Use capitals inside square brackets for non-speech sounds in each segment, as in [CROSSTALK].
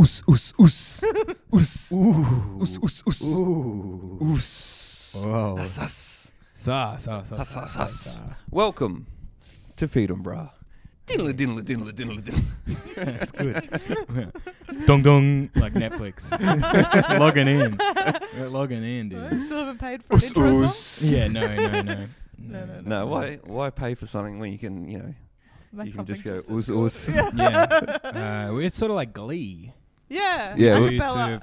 Ous, ous, [LAUGHS] ous. Ous. Ouh. Ous, ous, ous. Ooh. Ous. Wow. Assas. Ça, ça, ça. Assas, assas. Welcome to Feed 'em, brah. Diddle diddle diddle diddle diddle. [LAUGHS] That's good. dong dong. [LAUGHS] Like Netflix. [LAUGHS] logging in. We're logging in, I dude. still haven't Oh, paid for an Oos intro song. oos. Yeah, no, no, no. No, no, No, why why pay for something when you can, you know, Make you can just something go as oos good. oos. Yeah. Uh, it's sort of like Glee. Yeah. Yeah, We do sort Acapella. of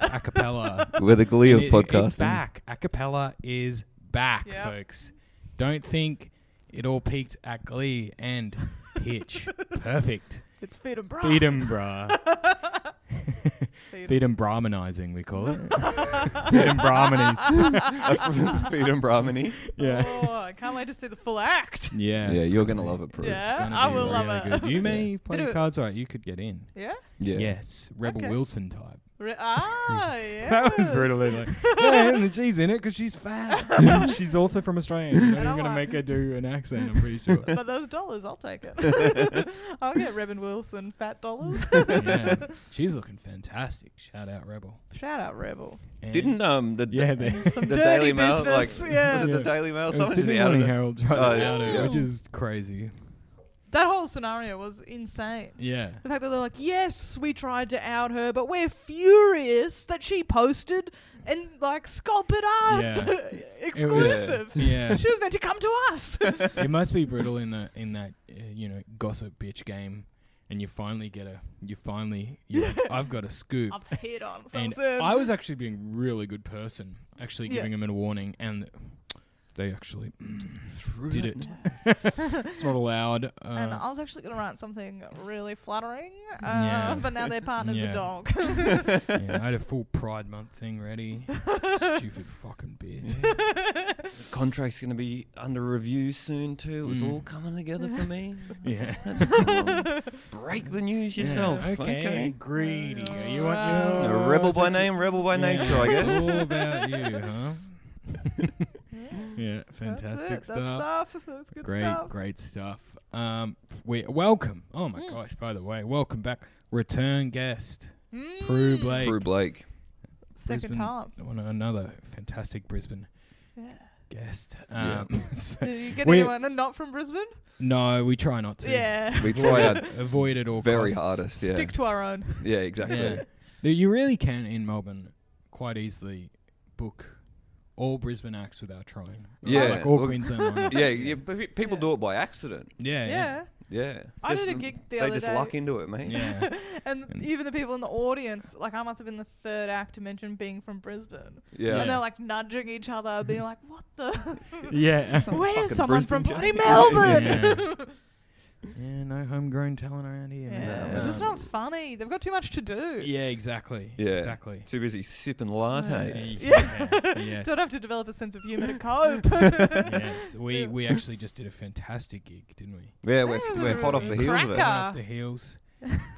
acapella. We're the glee of It- podcasting. [LAUGHS] It's back. Acapella is back, Yep. folks. Don't think it all peaked at Glee and Pitch. [LAUGHS] Perfect. It's feed 'em bra. Feed 'em, brah. Feed 'em. Feed 'em Brahmanizing, we [LAUGHS] call it. Feed 'em [LAUGHS] Brahmanese. Feed 'em, Brahmini. Yeah. Oh, I can't wait to see the full act. Yeah. Yeah, it's you're gonna gonna love be- it, Prue. Yeah. it's gonna I be will love really it. Good. You may play Bit your of- cards right. You could get in. Yeah. Yeah. Yes. Rebel Okay. [LAUGHS] Wilson type. Re- ah, yeah. Hmm. That was brutal. eh? isn't it? [LAUGHS] yeah, and she's in it because [LAUGHS] she's fat. she's also from Australia. so You're And I'm going to like- make her do an accent, I'm pretty [LAUGHS] sure. For those dollars, I'll take [LAUGHS] it. I'll get Rebin Wilson fat dollars. yeah. She's looking fantastic. Shout out, Rebel. Shout out, Rebel. And Didn't um the yeah, they, Some the dirty Daily Mail like business. yeah. was it the Yeah. Daily Mail? and Someone just Sydney outed Morning it. Herald tried Oh, to out yeah. it, which is crazy. That whole scenario was insane. Yeah, The fact that they're like, yes, we tried to out her, but we're furious that she posted and like sculpted up Yeah. [LAUGHS] exclusive. [LAUGHS] [LAUGHS] yeah. She was meant to come to [LAUGHS] us. it must be brutal in the in that uh, you know gossip bitch game, and you finally get a you finally [LAUGHS] you're like, I've got a scoop. I've hit on and something. I was actually being a really good person, actually Yeah. giving them a warning, and they actually did it. it's not allowed. [LAUGHS] [LAUGHS] and Uh, I was actually going to write something really flattering, uh, Yeah. but now their partner's Yeah. a [LAUGHS] dog. yeah, I had a full Pride Month thing ready. Stupid [LAUGHS] fucking bitch. The contract's gonna be under review soon too. It was Mm. all coming together for me. Yeah. [LAUGHS] Well, Break the news yourself. Yeah, Okay. greedy. Yeah. You [LAUGHS] want Wow. your A rebel by name, rebel by Yeah, nature, I guess. It's all about you, [LAUGHS] huh? yeah, That's it. fantastic That's stuff. That's good great, stuff. [LAUGHS] great stuff. Um, we welcome. Oh my Mm. gosh! By the way, welcome back, return guest Mm. Prue Blake. Prue Blake. Second Brisbane. time. One- Another fantastic Brisbane Yeah. guest. Yeah. Um, [LAUGHS] so- Do you get We- anyone and not from Brisbane? no, we try not to. Yeah. [LAUGHS] We try our [LAUGHS] Avoid it all. very costs. hardest. Yeah. Stick to our own. yeah, exactly. Yeah. Th- You really can in Melbourne quite easily book all Brisbane acts without trying. Yeah. Like all Well, [LAUGHS] Queensland lineups. Yeah, yeah, but pe- people Yeah. do it by accident. Yeah. yeah. Yeah. Yeah. I Just- did a gig the They other just day. luck into it, mate. Yeah. [LAUGHS] and, And- even the people in the audience, like I must have been the third act to mention being from Brisbane, Yeah. and they're like nudging each other, being like, "What [LAUGHS] the? [LAUGHS] Yeah. Some [LAUGHS] fucking Where's someone from Brisbane bloody joke. Melbourne?" Yeah. [LAUGHS] no homegrown talent around here. man. Um, Yeah, Yeah. it's just not funny. They've got too much to do. Yeah, exactly. Yeah. Exactly. Too busy sipping lattes. [LAUGHS] Yeah. yes. Don't have to develop a sense of humour [LAUGHS] to cope. [LAUGHS] yes. We we actually just did a fantastic gig, didn't we? Yeah, we're, Yeah, we're there hot was off a the heels of Hot it. cracker. Off the heels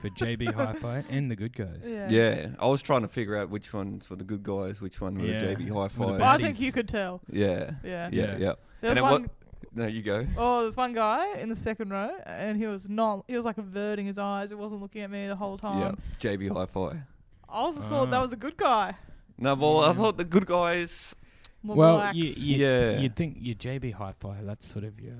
for [LAUGHS] JB Hi-Fi and the Good Guys. Yeah. Yeah, I was trying to figure out which ones were the good guys, which one were Yeah. the JB Hi Were the Well, I Fi. bad- think Baddies. you could tell. Yeah, Yeah. yeah, yeah. Yeah. There was then one, what- No, you go. oh, there's one guy in the second row, and he was not. He was like averting his eyes. He wasn't looking at me the whole time. Yeah, JB Hi Fi. I was just thought that Ah. was a good guy. No, well, I Yeah. thought the good [LAUGHS] guys. More Well, relaxed. you, you, Yeah. you'd think your JB Hi-Fi, that's sort of your,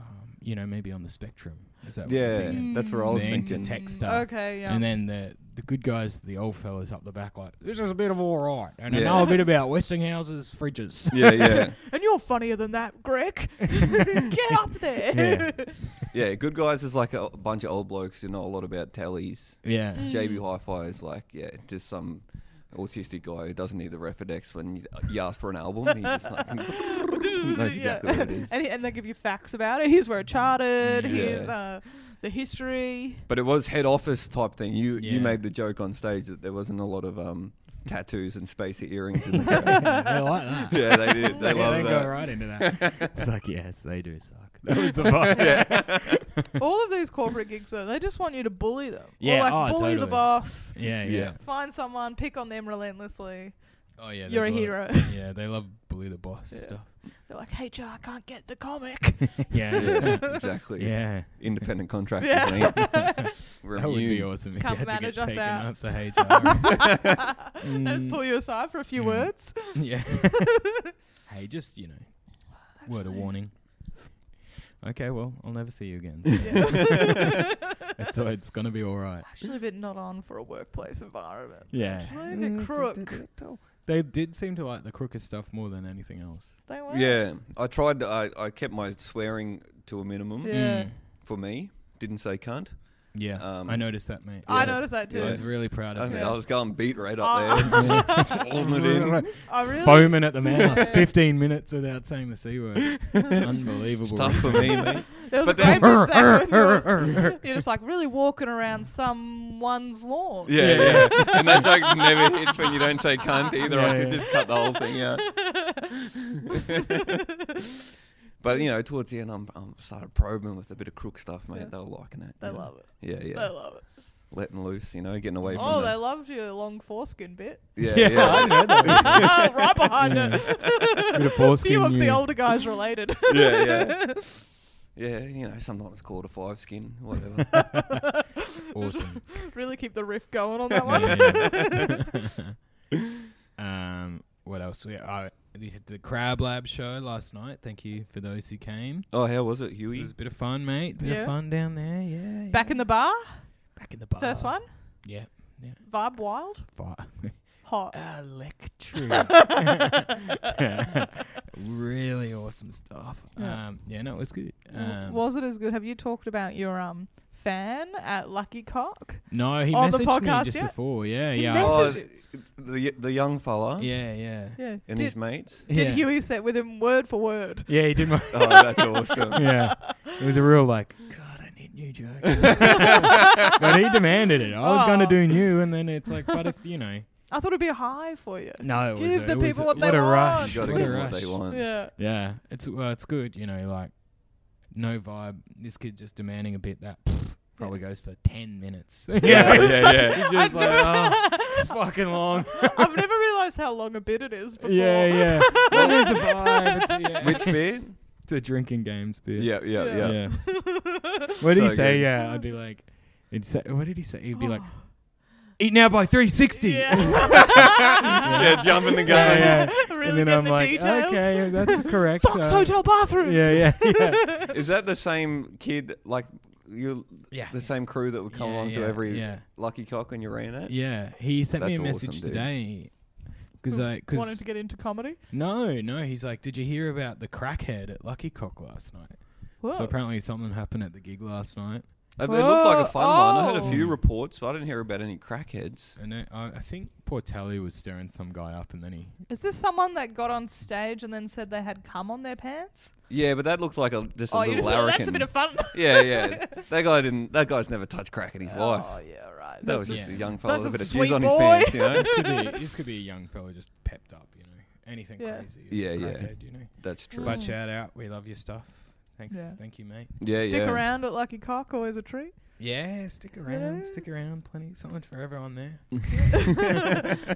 um, you know, maybe on the spectrum. Is that what you're Yeah, thinking? that's where I was Being to thinking. tech stuff. Okay, yeah. And then the the good guys, the old fellas up the back, like this is a bit of all right, and Yeah. I know a bit about Westinghouse's fridges. Yeah, yeah, and you're funnier than that, Greg. [LAUGHS] Get up there. [LAUGHS] yeah. Good guys is like a bunch of old blokes who know a lot about tallies. [LAUGHS] yeah, JB Hi-Fi is like, yeah, just some autistic guy who doesn't need the Refidex when you, you ask for an album. He just like, knows exactly what it is. and, he- and they give you facts about it. Here's where it charted. Here's Yeah. uh, the [LAUGHS] history. [LAUGHS] But it was head office type thing. You Yeah. you made the joke on stage that there wasn't a lot of um, tattoos and spacey earrings [LAUGHS] in the crowd. they like that. yeah, they [LAUGHS] did. They Yeah, love they that. go right [LAUGHS] into that. it's like yes, they do suck. That was the vibe. [LAUGHS] All of these corporate gigs, though, they just want you to bully them. Yeah, or like oh, bully the totally. boss. Yeah, yeah. Yeah. Find someone, pick on them relentlessly. Oh yeah, You're a there's hero. lot of- [LAUGHS] yeah, they love bully the boss Yeah. stuff. They're like, hey, Joe, I can't get the comic. [LAUGHS] [LAUGHS] yeah, yeah, exactly. yeah. Independent contractors. yeah. Mate. That would be Review. awesome if Come you had to manage get us out. taken up to [LAUGHS] HR. I just pull you aside for a few Mm. words. [LAUGHS] [LAUGHS] yeah. hey, just you know, word of Actually. warning. Okay, well, I'll never see you [LAUGHS] again. Yeah. [LAUGHS] so it's gonna be all right. Actually, a bit not on for a workplace environment. Yeah. Actually, Mm, a bit crook. They did seem to like the crooked stuff more than anything else. They were. Yeah, I tried. To, I I kept my swearing to a minimum Yeah. Mm. for me. Didn't say cunt. Yeah. Um, I noticed that, mate. I Yeah. noticed that too. I Yeah. was really proud I, of mean, that. I was going beat right up there. [LAUGHS] Oh. [LAUGHS] Holding it in. I really. Foaming at the mouth. [LAUGHS] Yeah. 15 minutes without saying the C [LAUGHS] word. Unbelievable. It's tough for me, [LAUGHS] [LAUGHS] mate. There was But a great then- bit saying you're, you're just like really walking around someone's lawn. [LAUGHS] Yeah, Yeah, yeah. and that joke never hits when you don't say cunt either. Yeah, I should yeah. just cut the whole thing out. [LAUGHS] But you know, towards the end, I'm, I'm started probing with a bit of crook stuff, mate. Yeah. They were liking that. They you know? love it. Yeah, yeah. They love it. Letting loose, you know, getting away from. Oh, the- they loved your long foreskin bit. [LAUGHS] yeah, Yeah, yeah. I know [LAUGHS] that. right behind Yeah. it. [LAUGHS] Bit of Few foreskin, of the yeah. older guys related. [LAUGHS] yeah, [LAUGHS] yeah. Yeah, you know, sometimes called a five skin, [LAUGHS] whatever. Awesome. really keep the riff going on that one. [LAUGHS] um, what else? We, I we had the Crab Lab show last night. Thank you for those who came. oh, how was it, It Huey? was a bit of fun, mate. Bit Yeah. of fun down there. Yeah. Back in the bar, yeah. back in the bar. first one, Yeah. vibe wild, Fire. hot. [LAUGHS] Ah, [LAUGHS] Electric. really awesome stuff. Yeah. Um, yeah, no, it was good. W- Um, was it as good? Have you talked about your um fan at Lucky Cock? no, he on the messaged podcast me just yet? before. Yeah, He yeah. I- oh, messaged the the young fella yeah, yeah. Yeah. and did [LAUGHS] his mates. did yeah. Huey set with him word for word? Yeah, he did my. Oh, that's awesome. [LAUGHS] yeah. It was a real like, God, I need new jokes. but he demanded it. I was going to Aw. do new, and then it's like, but if you know, Oh, I thought it'd be a high for you. no, it was Give a, the it was people a- what they a want. rush. You got to what get a what rush. they want. Yeah. Yeah, it's well, it's good, you know, like no vibe. This kid just demanding a bit that probably goes for ten [LAUGHS] minutes. [LAUGHS] yeah, yeah, yeah. He's I've just like, never- [LAUGHS] oh, it's fucking long. I've never realised how long a bit it is before. [LAUGHS] yeah, yeah. Well- Well, it's a vibe. It's, yeah. Which bit? it's a drinking games beer. Yeah, yeah, Yeah. yeah. yeah. [LAUGHS] What did he So say? good. Yeah, I'd be like, he'd say, what did he say? He'd [GASPS] be like, eat now by 360. Yeah. Yeah, jumping the gun. [LAUGHS] Yeah, yeah. Really and getting then I'm the like, details. [LAUGHS] okay, that's correct. Fox uh, Hotel bathrooms. Yeah, yeah, yeah. [LAUGHS] Is that the same kid? Like you, yeah. [LAUGHS] the same crew that would come Yeah, along to yeah, every yeah. lucky cock when you ran it. Yeah, he sent That's me a message awesome, dude. today. Because I, Wanted cause to get into comedy. no, no, he's like, did you hear about the crackhead at Lucky Cock last night? Whoa. So apparently something happened at the gig last night, It looked like a fun one. I heard Oh. a few reports, but I didn't hear about any crackheads. and I, I I think Portelli was stirring some guy up, and then he Is this someone that got on stage and then said they had cum on their pants? Yeah, but that looked like a just a oh, you little just larrikin. that's a bit of fun. [LAUGHS] yeah, yeah. That guy didn't. That guy's never touched crack in his life. Oh yeah, right. That That's was just- just yeah. a young fella That's with a bit a of sweet jizz on boy. his pants, [LAUGHS] you [LAUGHS] know. this could be this could be a young fella just pepped up, you know, anything Yeah. crazy. is a Yeah, yeah. crackhead, You know, That's true. but Mm. shout out, we love your stuff. Thanks, Yeah. thank you, mate. Yeah, Stick yeah. around at Lucky Cock, always a [LAUGHS] treat. [LAUGHS] Yeah, stick around, stick Yes. around, plenty, something for everyone [LAUGHS] there.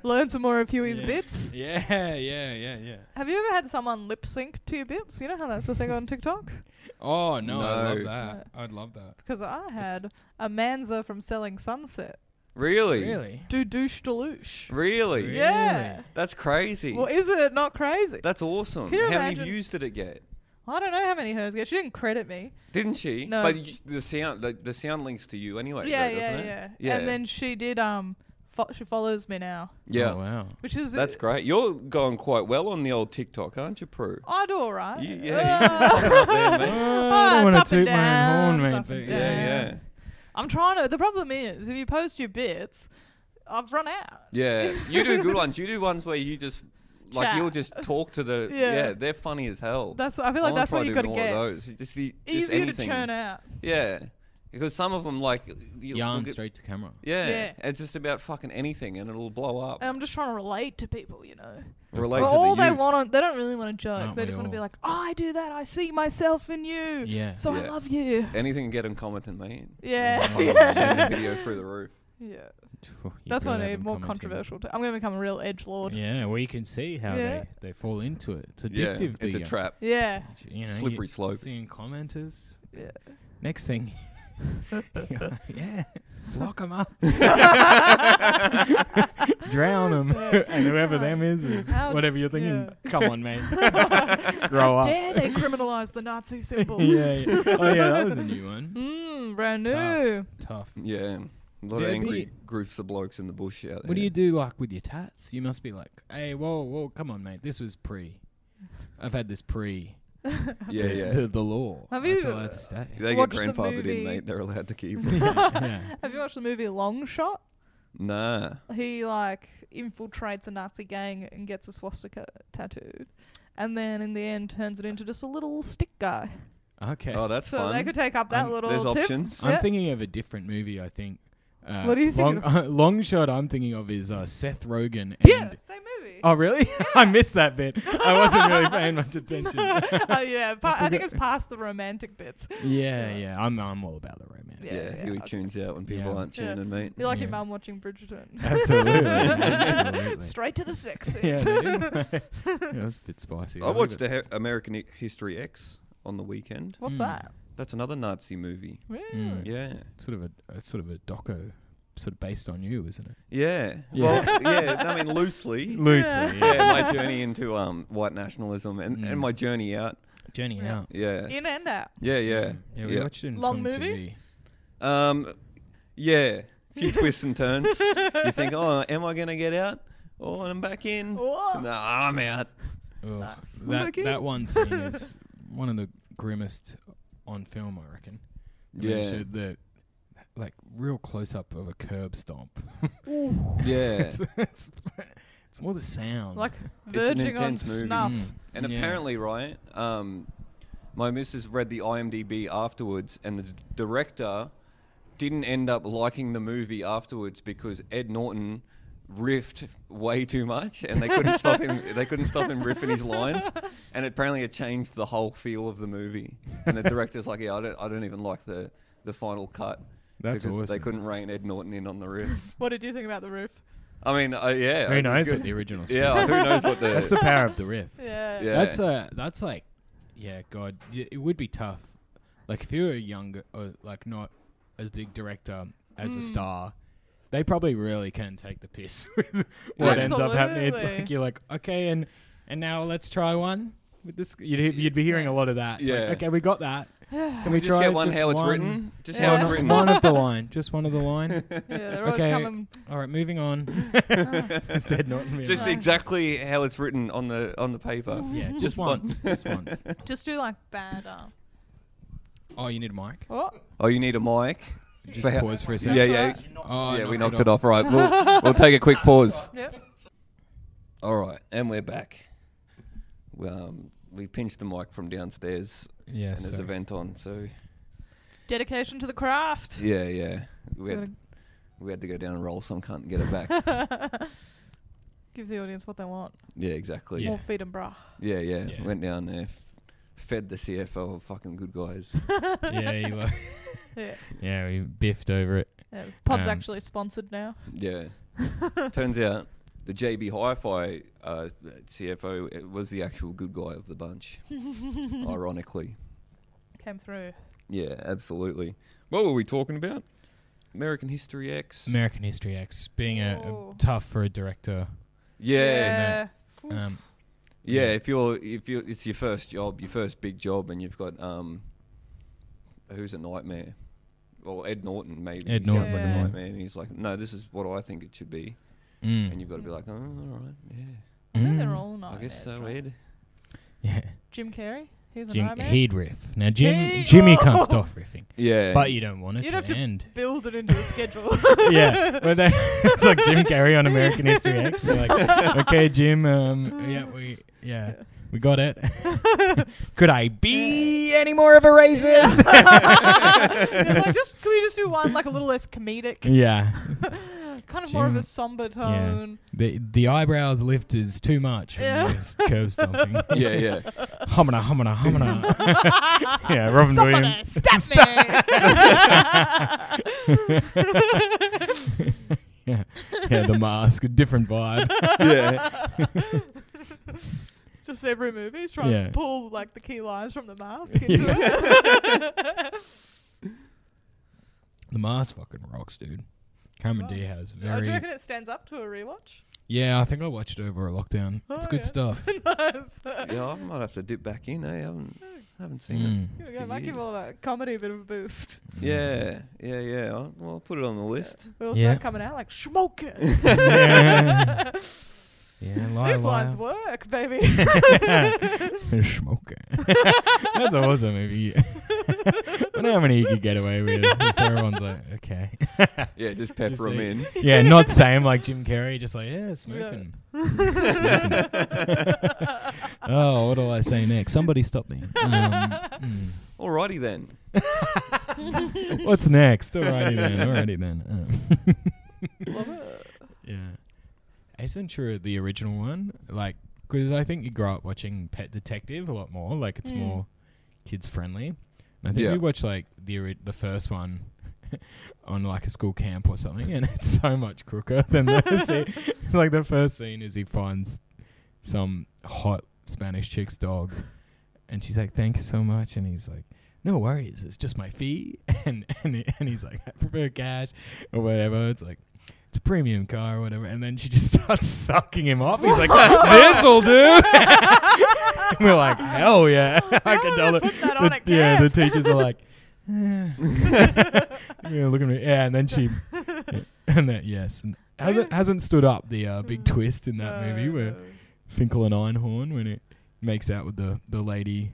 Learn some more of Huey's Yeah. bits. Yeah, yeah, yeah, yeah. Have you ever had someone lip sync to your bits? You know how that's a thing on TikTok? Oh no, I love No. that. I'd love that. Because I had a manza from Selling Sunset Really, Really? do douche delouche. really. Really? Yeah. That's crazy. Well, isn't it not crazy? That's awesome. Can you How many imagine- views did it get? I don't know how many hers get. She didn't credit me. Didn't she? No. But you, the sound, the, the sound links to you anyway. yeah, though, yeah, doesn't yeah, It? Yeah. And then she did. Um, fo- she follows me now, yeah, [LAUGHS] Oh, wow. which is that's great. You're going quite well on the old TikTok, aren't you, Prue? I do all right. You- yeah. [LAUGHS] Uh, Up there, mate. Ah, I don't it's want up to and toot my own down, horn, mate. it's up But and yeah, yeah, down. I'm trying to. The problem is, if you post your bits, I've run out. yeah. You do good ones. You do ones where you just like Chat. you'll just talk to the. Yeah. Yeah, they're funny as hell. That's. I feel like wanna that's try what you've got doing to all of get. Those. Just, the- just Easier anything. to churn out. Yeah, because some of them like you Yarn look at- straight [LAUGHS] to camera. Yeah, Yeah. it's just about fucking anything, and it'll blow up. And I'm just trying to relate to people, you know. relate Well, to the all they youth. want, on, they don't really want to joke. Aren't they we just want to be all? like, oh, "I do that. I see myself in you. Yeah. So I Yeah. love you." Anything can get in commenting, mate. Yeah. [LAUGHS] Fucking send the video through the roof. Yeah. You're That's what gonna I have need. them More commenting. controversial. T- I'm going to become a real edge lord. Yeah. Yeah, well, you can see how Yeah. they, they fall into it. It's yeah, addictive. it's the, a uh, trap. Yeah. You know, Slippery you slope. Seeing commenters. Yeah. Next [LAUGHS] thing, you're like, yeah, lock 'em up, [LAUGHS] [LAUGHS] drown 'em, [LAUGHS] and whoever them is is How- whatever you're thinking. yeah. Come on, [LAUGHS] mate, [LAUGHS] grow up. Dare they criminalize the Nazi symbol? [LAUGHS] yeah, yeah. Oh yeah, that was a [LAUGHS] new one. Mm, brand new. Tough. Tough. Yeah. A lot There'd of angry be- groups of blokes in the bush out there. What do you do like with your tats? You must be like, hey, whoa, whoa, come on, mate. This was pre. I've had this pre. Yeah, the, [LAUGHS] yeah. The, the law. Have That's you- all I had to say. They get Watch the grandfathered movie. in, mate. They're allowed to keep. [LAUGHS] yeah. [LAUGHS] Have you watched the movie Long Shot? nah. He like infiltrates a Nazi gang and gets a swastika tattooed, and then in the end turns it into just a little stick guy. Okay. Oh, that's so fun. they could take up that Um, little. There's tip. options. I'm Yeah. thinking of a different movie, I think. Uh, What do you long, think [LAUGHS] long shot I'm thinking of is uh, Seth Rogen. And Yeah, same movie. Oh, really? [LAUGHS] I missed that bit. [LAUGHS] I wasn't really paying [LAUGHS] much attention. [LAUGHS] oh yeah, pa- I think it's past the romantic bits. yeah, yeah. I'm, I'm all about the romance. Yeah, Yeah, yeah, Huey okay. tunes out when people Yeah. aren't Yeah. tuning, mate. You're like your Yeah. mum watching Bridgerton. [LAUGHS] [LAUGHS] Absolutely. [LAUGHS] Absolutely. Straight to the sex. [LAUGHS] [LAUGHS] yeah, they didn't- yeah, it was a bit spicy. I like watched it. the He- American Hi- History X on the weekend. What's Mm. that? That's another Nazi movie. Hmm. Really? Yeah. sort of a, a sort of a doco, sort of based on you, isn't it? Yeah. Yeah. Well, [LAUGHS] yeah, I mean, loosely. Loosely, yeah, my journey into um, white nationalism and, Mm. and my journey out. Journey Yeah. out. Mm. Yeah. In and out. Yeah, yeah. yeah. We watched it in Long Film movie? Um, yeah. A few twists and turns. You think, oh, am I going to get out? Oh, and I'm back in. [LAUGHS] No, Whoa. I'm out. TV. Ugh, Nice. That Okay. that one [LAUGHS] scene is one of the grimmest on film, I reckon. I mean, Yeah. so the like real close up of a curb stomp. Yeah. it's, [LAUGHS] it's, it's more the sound. Like an verging on intense movie. snuff. Mm, And yeah. apparently, right, um, my missus read the IMDb afterwards, and the d- director didn't end up liking the movie afterwards because Ed Norton riffed way too much, and they couldn't stop him. [LAUGHS] They couldn't stop him riffing his lines, and apparently, it changed the whole feel of the movie. [LAUGHS] And the director's like, "Yeah, I don't, I don't even like the the final cut." That's because They awesome. couldn't rein Ed Norton in on the riff. What did you think about the roof? I mean, uh, yeah. Who it was knows good. what the original? song Yeah, is. who knows what the [LAUGHS] that's the power of the riff. Yeah. Yeah. That's uh that's like yeah, God, y- it would be tough. Like if you were younger or like not as big director as a Mm. star, they probably really can take the piss [LAUGHS] with what ends up happening. It's Absolutely. like you're like, okay, and and now let's try one with this. You'd, he- you'd be hearing a lot of that. It's like, Yeah. okay, we got that. Can Can we we, just try get one just how it's one- written? Just Yeah. how it's One, written. one [LAUGHS] of the line, just one of the line. Yeah, they're always Okay. coming. All right, moving on. [LAUGHS] Instead, not really. Just Yeah. exactly how it's written on the on the paper. yeah, just once, just once. Just do like bad. Uh, Oh, you need a mic. oh, Oh, you need a mic. Just But how- pause for a Yeah, second. yeah, Oh, I yeah. We knocked knocked it off. Right, we'll we'll take a quick pause. yep. All right, and we're back. We, um, we pinched the mic from downstairs, Yeah, and there's a sorry. vent on. So Dedication to the craft. yeah, yeah. We had we had to go down and roll some cunt and get [LAUGHS] it back. Give the audience what they want. yeah, exactly. More Yeah. feet and bra. yeah, Yeah. Went down there, f- fed the CFO of fucking good guys. [LAUGHS] [LAUGHS] yeah, you lo- Yeah. yeah, we biffed over it. yeah. Pod's Um, actually sponsored now. Yeah. Turns out the JB Hi-Fi uh, CFO it was the actual good guy of the bunch, ironically. Came through. Yeah, absolutely. What were we talking about? American History X. American History X being a, a Oh. tough for a director. yeah, Yeah. Um, yeah. If you're, if you, it's your first job, your first big job, and you've got um, who's a nightmare? Well, Ed Norton maybe. Ed He sounds Norton's like a a nightmare. nightmare, and he's like, no, this is what I think it should be, mm. and you've got to be like, oh, all right, yeah, I think they're Mm. all nice. I guess so, Ed. yeah. Jim Carrey. He's a Jim, nightmare. he'd riff. Now Jim, He- Jimmy can't Oh. stop riffing, Yeah, but [LAUGHS] you don't want it You'd to have to- [LAUGHS] end. Build it into a schedule. [LAUGHS] yeah, but then [LAUGHS] it's like Jim Carrey on American History X. [LAUGHS] You're like, okay, Jim. Um, yeah, we yeah, we [LAUGHS] got it. [LAUGHS] Could I be any more of a racist? it's like just can we just do one like a little less comedic, [LAUGHS] yeah, kind of more of Jim- a somber tone. the the eyebrows lift is too much. Yeah. Yeah, curve [LAUGHS] stomping. yeah, [LAUGHS] yeah. Humana, humana, humana. [LAUGHS] yeah, Robin [LAUGHS] Somebody Williams. [LAUGHS] [LAUGHS] stab me! yeah, yeah, the mask, a different vibe. Yeah. Just every movie is trying Yeah. to pull like the key lines from the mask into [LAUGHS] it. The mask fucking rocks, dude. Cameron Nice. Diaz, Oh, do you very. reckon it stands up to a rewatch? [LAUGHS] Yeah, I think I watched it over a lockdown. It's Oh, good yeah. [LAUGHS] stuff. nice. yeah, I might have to dip back in. Eh? I haven't, haven't seen it. Mm. Here we For go. Might give years. all that comedy a bit of a boost. Yeah, yeah, yeah. I'll, well, I'll put it on the list. We'll Yeah. start coming out like smoke it. [LAUGHS] Yeah. Yeah, [LAUGHS] lie, These lie. [LAUGHS] lines work, [LAUGHS] baby. Smoke. [LAUGHS] That's [LAUGHS] awesome movie. I wonder how many you could get away with if everyone's like, okay. [LAUGHS] Yeah, just [LAUGHS] pepper them say- in. [LAUGHS] Yeah, not same like Jim Carrey, just like, yeah, smoking. Oh, what'll I say [LAUGHS] next? Somebody stop [LAUGHS] me. Um, Alrighty then. mm. What's next? Alrighty then. Alrighty then. Um, Love [LAUGHS] it. yeah. Ace Ventura, the original one, like, because I think you grow up watching Pet Detective a lot more. Like, it's Mm. more kids friendly. And I think Yeah. we watched like the ori- the first one [LAUGHS] on like a school camp or something, and it's so much crooker than the scene. Like the first scene is he finds some hot Spanish chick's dog, and she's like, "Thank you so much," and he's like. No worries, it's just my fee, [LAUGHS] and and, he- and he's like, I prefer cash or whatever. It's like it's a premium car or whatever, and then she just [LAUGHS] starts sucking him off. He's like, "This'll do." [LAUGHS] [LAUGHS] We're [LAUGHS] like, "Hell yeah!" I can tell it. Put that The- on a yeah, cap. the teachers [LAUGHS] are like, eh. [LAUGHS] yeah, look at me. Yeah, and [LAUGHS] then she, and then yes, and hasn't hasn't stood up the uh, Mm. big twist in that movie where Finkel and Einhorn when it makes out with the the lady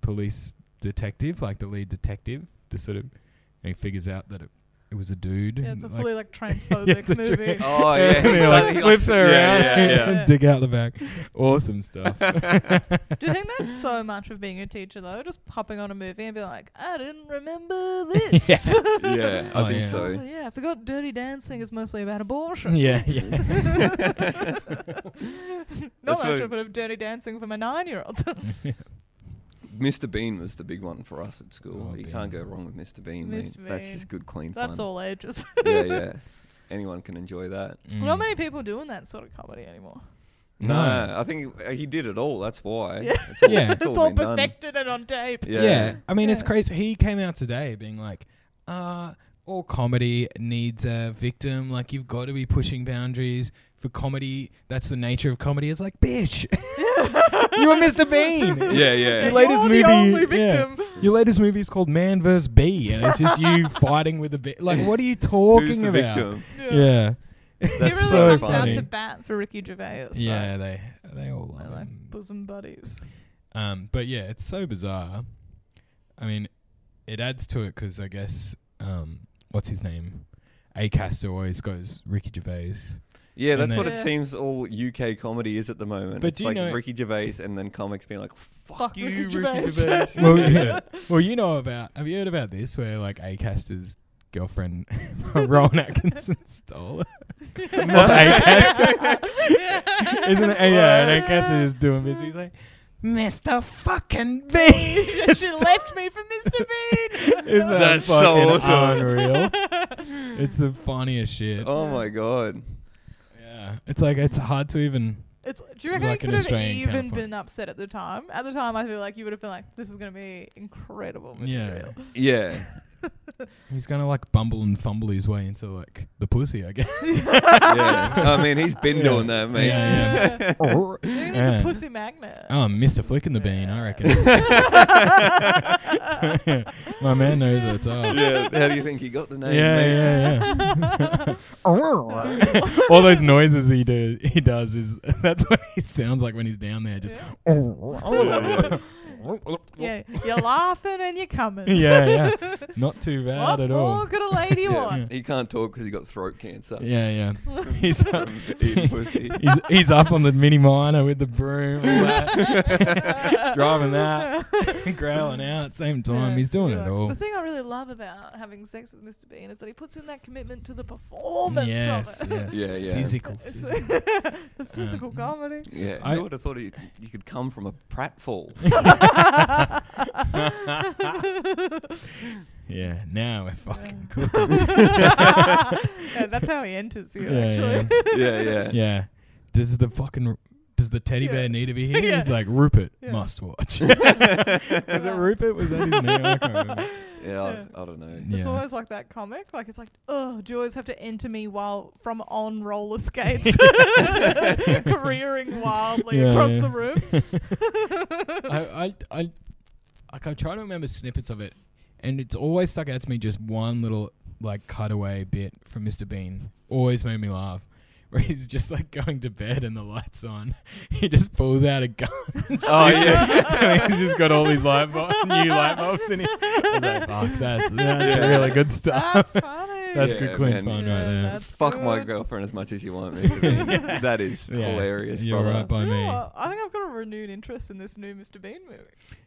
police detective, like the lead detective, to sort of and he figures out that it, it was a dude. Yeah, it's a and, like, fully like [LAUGHS] Yeah, it's transphobic a [LAUGHS] movie. tra- Oh, yeah, And he, exactly. [LAUGHS] like, flips her Yeah, around, yeah, yeah. [LAUGHS] and dig out the back. Awesome stuff. Do you think that's so much of being a teacher though? Just popping on a movie and be like, I didn't remember this. [LAUGHS] Yeah. Yeah, I Oh, think Oh, yeah. so. [LAUGHS] yeah, I forgot Dirty Dancing is mostly about abortion. yeah, [LAUGHS] yeah. [LAUGHS] Not That's that I what- should put up Dirty Dancing for my nine-year-olds. [LAUGHS] [LAUGHS] Mr. Bean was the big one for us at school. Oh, you Bean. can't go wrong with Mr. Bean. Mr. man. That's just Bean. good, clean That's fun. all ages. [LAUGHS] yeah, yeah. Anyone can enjoy that. Mm. Not many people doing that sort of comedy anymore. No, No. I think uh, he did it all. That's why. Yeah. It's all, Yeah. It's all, it's all been done. perfected and on tape. Yeah. Yeah. I mean, it's Yeah. crazy. He came out today being like, uh, all comedy needs a victim. Like, you've got to be pushing boundaries for comedy. That's the nature of comedy. It's like, bitch, [LAUGHS] you were Mr. Bean. [LAUGHS] Yeah, [LAUGHS] yeah. Your latest You're movie, the only yeah. victim. Your latest movie is called Man vs. Bee, and it's [LAUGHS] just you fighting with a bee. Like, what are you talking Who's the about? victim? Yeah, [LAUGHS] He That's really so comes funny. out to bat for Ricky Gervais. yeah, they they all Right? love They're like him. bosom buddies. Um, but yeah, it's so bizarre. I mean, it adds to it because I guess um, what's his name, Acaster always goes Ricky Gervais. Yeah, And that's what then- it Yeah. seems all UK comedy is at the moment. But it's do you like know- Ricky Gervais and then comics being like, fuck, Fuck you, Ricky Ricky Gervais. Gervais. [LAUGHS] well, [LAUGHS] yeah. Well, you know about. Have you heard about this where like Acaster's girlfriend [LAUGHS] Rowan Atkinson stole [LAUGHS] it? Not Acaster. Isn't it? uh, Yeah, and Acaster is doing this. He's like, Mister Fucking B. [LAUGHS] she left me for Mr. Bean. [LAUGHS] Isn't that That's so fucking awesome. Unreal. It's the funniest shit. Oh my god. Yeah, it's like it's hard to even. [LAUGHS] It's, do you reckon Like you could an have Australian even counterpart. been upset at the time? At the time, I feel like you would have been like, "This is going to be incredible material." [LAUGHS] Yeah, Yeah. he's gonna like bumble and fumble his way into like the pussy, I guess. [LAUGHS] yeah. I mean, he's been Yeah. doing that, mate. Yeah, yeah. [LAUGHS] oh, I think it's Yeah. a pussy magnet. Oh, Mister Flick in the bean, I [LAUGHS] reckon. [LAUGHS] My man knows what's up. Yeah, How do you think he got the Yeah, name? mate? yeah, [LAUGHS] yeah. All those noises he do, he does is [LAUGHS] that's what he sounds like when he's down there. Just Yeah. Oh, yeah, yeah, [LAUGHS] you're laughing and you're coming. yeah. [LAUGHS] [LAUGHS] Not too bad what at more all. could a lady Yeah. want? He can't talk because he got throat cancer. Yeah, [LAUGHS] [LAUGHS] yeah. He's up, From [LAUGHS] eating pussy. he's, he's up on the mini miner with the broom, [LAUGHS] all that. [LAUGHS] driving that, growling out at the same time. Yeah, He's doing you're it like- all. The thing I really love about having sex with Mr. Bean is that he puts in that commitment to the performance Yes, of it. yes. Yeah, yeah. Physical. It's physical. [LAUGHS] the physical comedy. Yeah, I- I would have thought he, you could [LAUGHS] come from a pratfall. Yeah, now we're fucking cool. yeah, that's how he enters you, Yeah, actually. yeah, yeah. [LAUGHS] Yeah. Does the fucking does the teddy Yeah. bear need to be [LAUGHS] here? Yeah. It's like Rupert Yeah. must [LAUGHS] watch. was it Rupert? [LAUGHS] Was that his name? I [LAUGHS] can't remember. Yeah, I, I don't know. It's Yeah. always like that comic. Like it's like, oh, do you always have to enter me while from on roller skates, [LAUGHS] careering wildly Yeah, across yeah. the room? [LAUGHS] [LAUGHS] I, oh, I, I, like, I try to remember snippets of it, and it's always stuck out to me just one little, like, cutaway bit from Mr. Bean. Always made me laugh. [LAUGHS] Where he's just, like, going to bed and the light's on. [LAUGHS] He just pulls out a gun. [LAUGHS] Oh yeah. and [LAUGHS] he's just got all these light bulbs, new light bulbs [LAUGHS] in his. I was like, fuck, that's, that's Yeah. really good stuff. That's funny. [LAUGHS] That's Yeah, good, clean man. fun Yeah, right there. that's Fuck my good. girlfriend as much as you want, Mr. Bean. That is [LAUGHS] Yeah. hilarious, You're brother. right by You know me. what? I think I've got a renewed interest in this new Mr. Bean movie.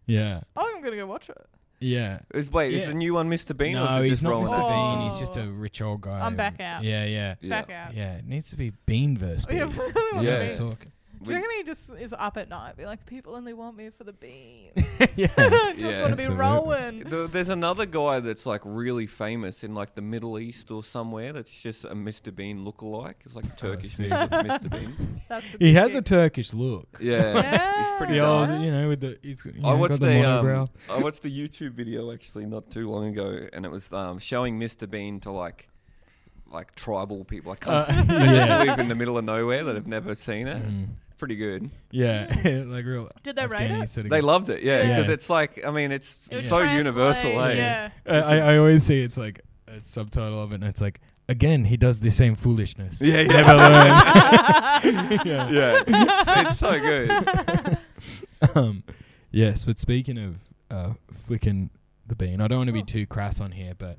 Yeah. I think I'm gonna go watch it. Yeah. Is, wait, is Yeah. the new one Mr. Bean or is no, it he's just not Rowan? Mr. Bean. He's Oh. just a rich old guy. I'm back out. Yeah, yeah. Yeah. Back out. Oh, Yeah, it needs to be Bean verse. Yeah, [LAUGHS] Bean. but I Yeah. yeah. Bean. talk. [LAUGHS] Do We- you reckon he just is up at night, be like, people only want me for the [LAUGHS] bean. yeah. [LAUGHS] just Yeah. want to be [LAUGHS] Absolutely. Rowan. Th- There's another guy that's like really famous in like the Middle East or somewhere. That's just a Mr. Bean lookalike. It's like a Turkish Oh, see. Mr. [LAUGHS] Mr. Bean. That's the [LAUGHS] He has a big- Turkish look. Yeah, he's pretty The Yeah. dark. old, you know, with the he's you I know, watched got the, the, monobrow. um, I watched the YouTube video actually not too long ago, and it was um, showing Mr. Bean to like like tribal people. I Uh, [LAUGHS] can't. they just yeah. live in the middle of nowhere that have never seen it. Mm. Pretty good. Yeah, [LAUGHS] like real. Did they rate Afghani it? sort of They guy. loved it, yeah, Yeah. because it's like I mean, it's It would so universal, translate, eh? Yeah. I, I, I always see it's like a subtitle of it, and it's like again he does the same foolishness. Yeah, yeah. Never learn. [LAUGHS] [LAUGHS] yeah. Yeah, [LAUGHS] it's, it's so good. [LAUGHS] Um, yes, but speaking of uh, flicking the bean, I don't want to be Oh. too crass on here, but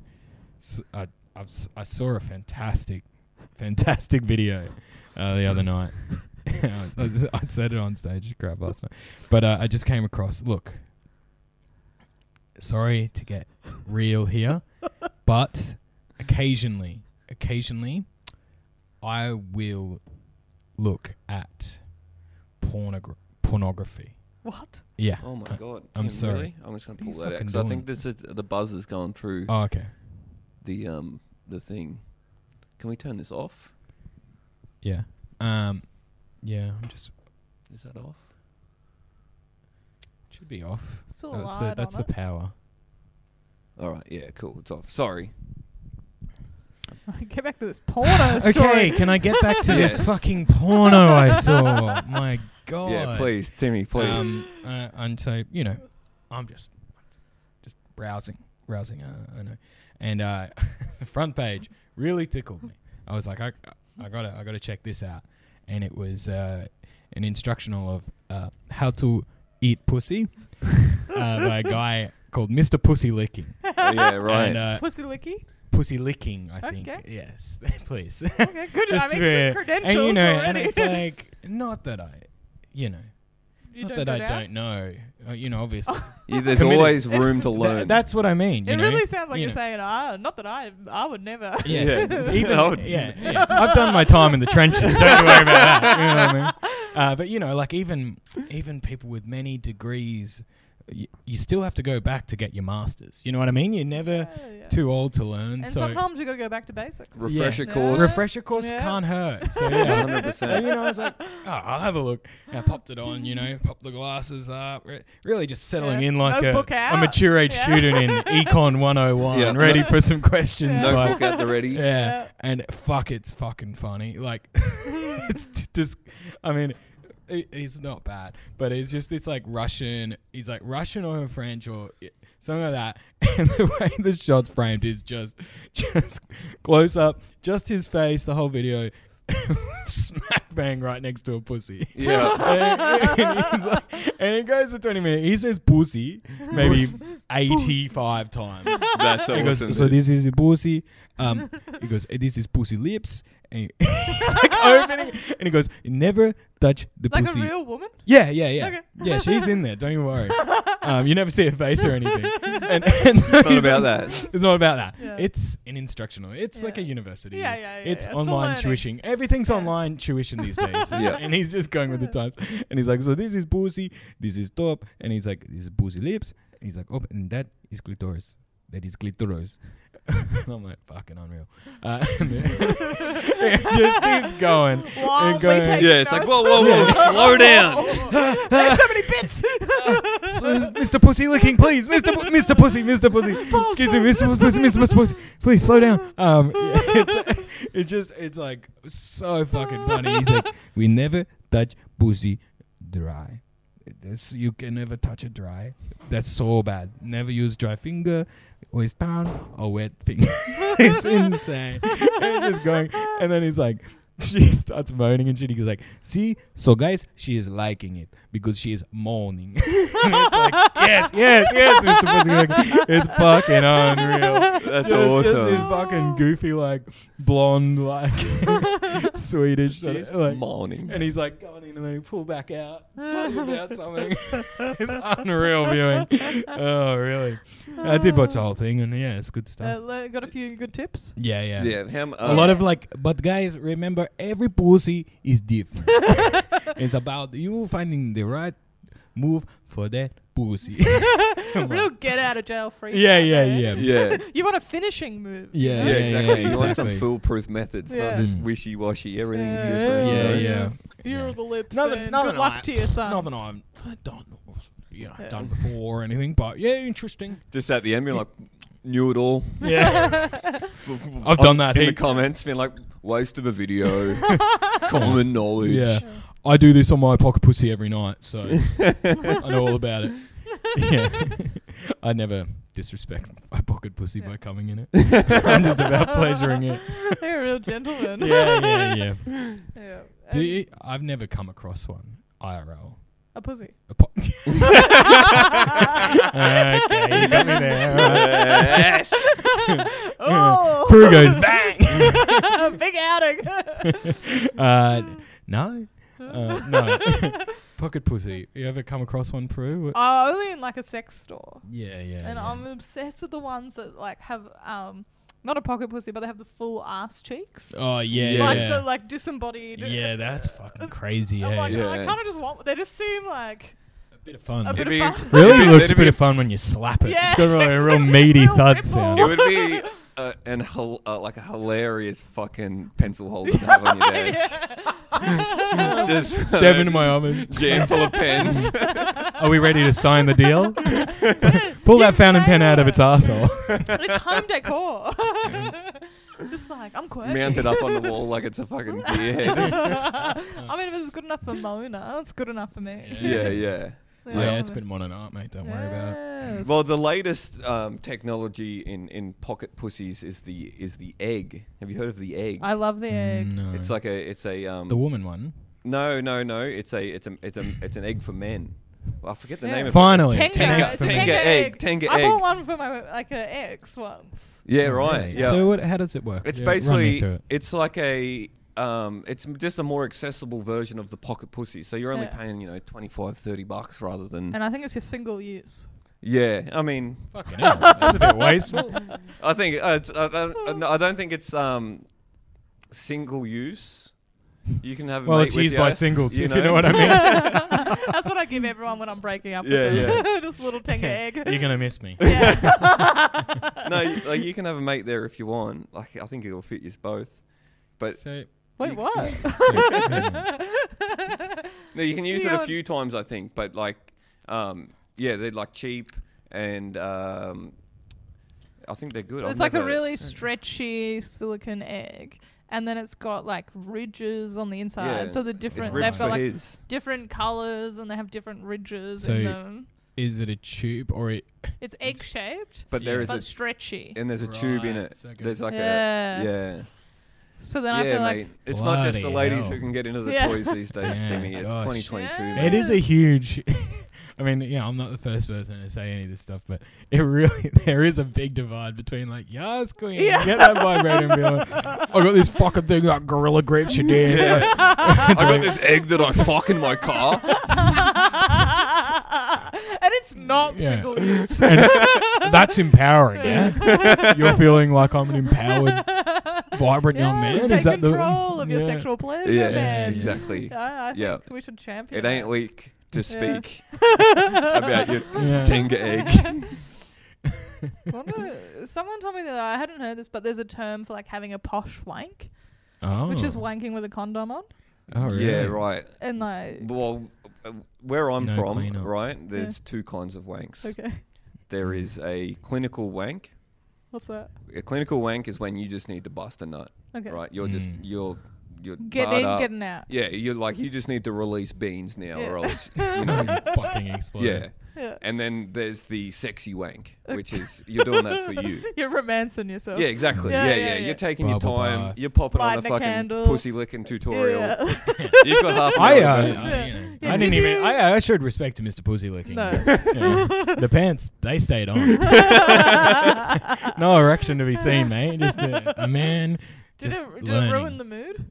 s- I, I've s- I saw a fantastic, fantastic video uh, the other night. [LAUGHS] I, was- I said it on stage, crap last night, but uh, I just came across. Look, sorry to get real here, but occasionally, occasionally, I will look at pornogra- pornography. [LAUGHS] What? Yeah. Oh my god! I'm Damn, sorry. Really? I'm just gonna What are pull you that out fucking because I think doing? this is the buzz is going through Oh, okay. the um the thing. Can we turn this off? Yeah. Um. Yeah. I'm just Is that off? should be off. Still That's lied the on that's the it. power. All right. Yeah. Cool. It's off. Sorry. [LAUGHS] Get back to this porno story. [LAUGHS] Okay. Can I get back [LAUGHS] to Yeah. this fucking porno I saw? My God. [LAUGHS] Yeah. Please, Timmy. Please. [LAUGHS] Um, uh, and so you know, I'm just just browsing, browsing. Uh, I know, and uh, [LAUGHS] the front page really tickled me. I was like, I, I gotta, I gotta check this out. And it was uh, an instructional of uh, how to eat pussy [LAUGHS] uh, by a guy called Mr. Pussy Licking. Oh, yeah. Right. And, uh, [LAUGHS] Pussy Wiki. pussy Licking, I think. Okay. Yes, [LAUGHS] please. Okay, good. I Just mean, to- uh, good credentials and you know, already. and [LAUGHS] it's like not that I, you know, You not don't that I go down? don't know. Uh, you know, obviously. Yeah, there's committed. always room to Th- learn. that's what I mean. you It know? really sounds like You you're know. saying, ah, not that I, I would never. [LAUGHS] Yes. [LAUGHS] Yeah. Even, I would- yeah, yeah. [LAUGHS] I've done my time in the trenches. Don't you worry about that. You know what [LAUGHS] I mean? Uh, but you know, like even even people with many degrees, you, you still have to go back to get your masters. You know what I mean? You're never Yeah, Oh, yeah. too old to learn. And so sometimes you got to go back to basics. Refresher Yeah. course. refresher [LAUGHS] course Yeah. can't hurt. So Yeah, yeah. 100%. And, you know, [LAUGHS] I was like, oh, I'll have a look. And I popped it on, you know, popped the glasses up, re- really just settling Yeah. in like a, Notebook a out. mature age Yeah. student in [LAUGHS] Econ 101, Yeah. ready for some questions. Yeah. Like, Notebook [LAUGHS] at the ready. yeah. Yeah. And fuck, it's fucking funny. Like, [LAUGHS] it's t- just, I mean, it, it's not bad, but it's just, it's like Russian, he's like Russian or French or i- something like that. [LAUGHS] And the way the shot's framed is just, [LAUGHS] just close up, just his face, the whole video, [LAUGHS] smack bang right next to a pussy. Yeah. [LAUGHS] and, and he's like, and it goes for 20 minutes. He says pussy maybe 85 times. That's He goes, awesome. so dude. this is the pussy. Um, he goes, "Eh, this is pussy lips. And [LAUGHS] he's [LAUGHS] like opening, and he goes, never touch the Like pussy. a real woman. yeah, yeah, yeah, Okay. yeah. She's in there. Don't [LAUGHS] you worry. Um, you never see her face or anything. And, [LAUGHS] and it's not about [LAUGHS] that. It's not about that. Yeah. It's an instructional. It's like a Yeah. university. Yeah, yeah, yeah. It's yeah. for online learning. [LAUGHS] tuition. [LAUGHS] Everything's Yeah. online tuition [LAUGHS] these days. Yeah. And he's just going with the times. And he's like, so this is pussy, this is top, and he's like, this is pussy lips. And he's like, oh, and that is clitoris. [LAUGHS] that is glitteros. I'm like fucking unreal. Uh, [LAUGHS] it just keeps [LAUGHS] going. Wildly going- taking Yeah, it's like, notes. whoa, whoa, [LAUGHS] whoa, slow down. There's so many [LAUGHS] bits. S- Mr. Pussy licking, please, Mr. Pu- Mr. Pussy, Mr. Pussy. Excuse me, Mr. Pussy, Mr. Pussy, please slow down. Um, [LAUGHS] yeah, it's, it's just, it's like so fucking funny. He's like, we never touch pussy dry. This, you can never touch it dry. That's so bad. Never use dry finger, or it's down, or wet finger. [LAUGHS] it's insane. And he's just going, and then he's like. She starts moaning and shit. He's like, "See, so guys, she is liking it because she is moaning." [LAUGHS] it's like, yes, yes, yes, Mr. Pussy. Like, it's fucking unreal. That's Just- just awesome. this fucking goofy, like [LAUGHS] blonde, like Swedish, sort of, She's like, moaning. and he's like going in and then he pull [LAUGHS] back out, talking about something. [LAUGHS] it's unreal viewing. Oh, really? I did watch the whole thing, and yeah, it's good Uh, stuff. le- got a few good tips. Yeah, yeah. Yeah, how, m- A uh, lot of like, but guys, remember every pussy [LAUGHS] is different. it's about you finding the right move for that [LAUGHS] pussy. Real get out of jail free. Yeah, card yeah, there. yeah. yeah. You want a finishing move. Yeah, Yeah, yeah, exactly. yeah, you want some exactly. foolproof methods, Yeah. not this Mm. wishy-washy. Everything is Yeah. different. Yeah, you know? yeah. Here Yeah. are the lips. Not that- and not good that luck I- to your son. [LAUGHS] Not that I'm done, you know, Yeah. done before or anything, but yeah, interesting. Just at the end, being like, knew it all. [LAUGHS] Yeah, [LAUGHS] I've done that in the heaps. comments, being like, waste of a [LAUGHS] video, common knowledge. yeah. [LAUGHS] I do this on my pocket pussy every night, so [LAUGHS] I know all [LAUGHS] about it. Yeah, [LAUGHS] I never disrespect my pocket pussy by [LAUGHS] coming in it. I'm just about pleasuring [LAUGHS] it. They're a real gentleman. Yeah, yeah, yeah. [LAUGHS] Yeah. Do And you, I've never come across one IRL. a pussy. A po- [LAUGHS] okay, you got me there. all right. Yes. [LAUGHS] [LAUGHS] Oh, Poo goes bang. [LAUGHS] big outing. [LAUGHS] Uh, no. [LAUGHS] Uh, [LAUGHS] [LAUGHS] no. Pocket pussy. You ever come across one, Prue? oh, only in like a sex store. Yeah, yeah. and I'm obsessed with the ones that like have um not a pocket pussy, but they have the full ass cheeks. Oh Yeah. yeah, yeah. Like Yeah, the like disembodied. that's fucking [LAUGHS] crazy. I'm Yeah, like, "Oh, I Yeah. kind of just want. They just seem like a bit of fun. a bit Maybe- of fun. really It'd be- looks a it'd be- bit of fun when you slap it. Yeah, it's got really [LAUGHS] a it's got real a meaty real thud ripple. sound. it would be uh, an hil- uh, like a hilarious fucking pencil holder to [LAUGHS] have on your desk. [LAUGHS] Just Stab into my [LAUGHS] arm. and- jam full [LAUGHS] of pens. Are we ready to sign the deal? Pull that fountain pen out of [LAUGHS] its asshole. it's home [LAUGHS] decor. just like I'm quirky. mounted up on the wall [LAUGHS] like it's a fucking deer head. I mean, if it's good enough for Mona, it's good enough for me. Yeah, yeah. yeah, it's been modern art, mate. Don't worry about it. Yes. Well, the latest um, technology in, in pocket pussies is the is the egg. Have you heard of the egg? I love the egg. Mm, No. It's like a it's a um, the woman one. no no no it's a it's a it's a it's an egg for men. Well, I forget the Yeah. name of it. Finally, Tenga, Tenga- it's a Tenga egg, Tenga I egg. bought one for my like an ex once. Yeah, right. Yeah. So what, how does it work? it's Yeah, run me basically through it. it's like a um, it's m- just a more accessible version of the pocket pussy. So you're only Yeah. paying, you know, 25, 30 bucks rather than And I think it's your single use. Yeah, I mean, Fucking hell, that's [LAUGHS] a bit wasteful. I think uh, it's, I, I, no, I don't think it's um, single use. You can have a Well, mate it's with used ya, by singles, if you know what I [LAUGHS] mean. [LAUGHS] That's what I give everyone when I'm breaking up. Yeah, with them. [LAUGHS] Just a little Tenga egg. [LAUGHS] [LAUGHS] You're gonna miss me. Yeah. [LAUGHS] [LAUGHS] no, you, like you can have a mate there if you want. Like I think it'll fit you both. But So, [LAUGHS] Wait, [LAUGHS] what? no, you can use You it know- a few times, I think. But like, um, yeah, they're like cheap and um, I think they're good. I've it's like a never- really stretchy silicon egg. And then it's got like ridges on the inside. Yeah. So the it's different ribbed they've for got like his. different colours and they have different ridges So- in them. is it a tube or it? It's egg shaped But there Yeah. is but stretchy. a and there's a tube in Right, it. so I There's guess- like Yeah. a yeah. So then I yeah, feel like mate. it's not just the Bloody ladies hell. who can get into the Yeah. toys these days, [LAUGHS] Yeah, Timmy. It's gosh. 2022. Yeah. mate. It is a huge. [LAUGHS] I mean, yeah, I'm not the first person to say any of this stuff, but it really [LAUGHS] there is a big divide between like, yes, queen, Yeah. get that vibrator and be like, [LAUGHS] I got this fucking thing like gorilla grips, you did. I got this egg [LAUGHS] that I fuck in my car. [LAUGHS] and it's not Yeah. single use. And that's [LAUGHS] empowering. Yeah, you're feeling like I'm an empowered, vibrant young Yes, man. Take Is that the control of your Yeah. sexual pleasure, Yeah, man. exactly. I, I Yeah. think we should champion. It ain't weak to Yeah. [LAUGHS] speak about your Yeah. tenga egg. Wonder- Someone told me that I hadn't heard this, but there's a term for like having a posh wank, Oh. which is wanking with a condom on. Oh, really? Yeah, right. And like, Well, uh, where I'm No from, cleanup. Mm. right, there's two kinds of wanks. okay, There is a clinical wank. what's that? A clinical wank is when you just need to bust a nut, Okay, right? uh, You're just Mm. you're you're get barred in, up. getting out. Yeah, you're like you just need to release beans now, or Yeah. [LAUGHS] else You you know, know. you fucking explode. yeah, Yeah. and then there's the sexy wank, which is you're doing that for [LAUGHS] you. You're romancing yourself. Yeah, exactly. Yeah, Yeah, yeah. yeah, yeah. You're taking Bubble your time. bath. You're popping Lighting on a a fucking candle. pussy licking tutorial. [LAUGHS] Yeah. [LAUGHS] You've got half an I, hour. uh, to go. I, you know, Yeah, I didn't did even. you- I, I showed respect to Mr. Pussy Licking. No. Yeah. The pants, they [LAUGHS] stayed on. no erection to be seen, mate. Just uh, [LAUGHS] a, a man. Did just it, did it learning. ruin the mood?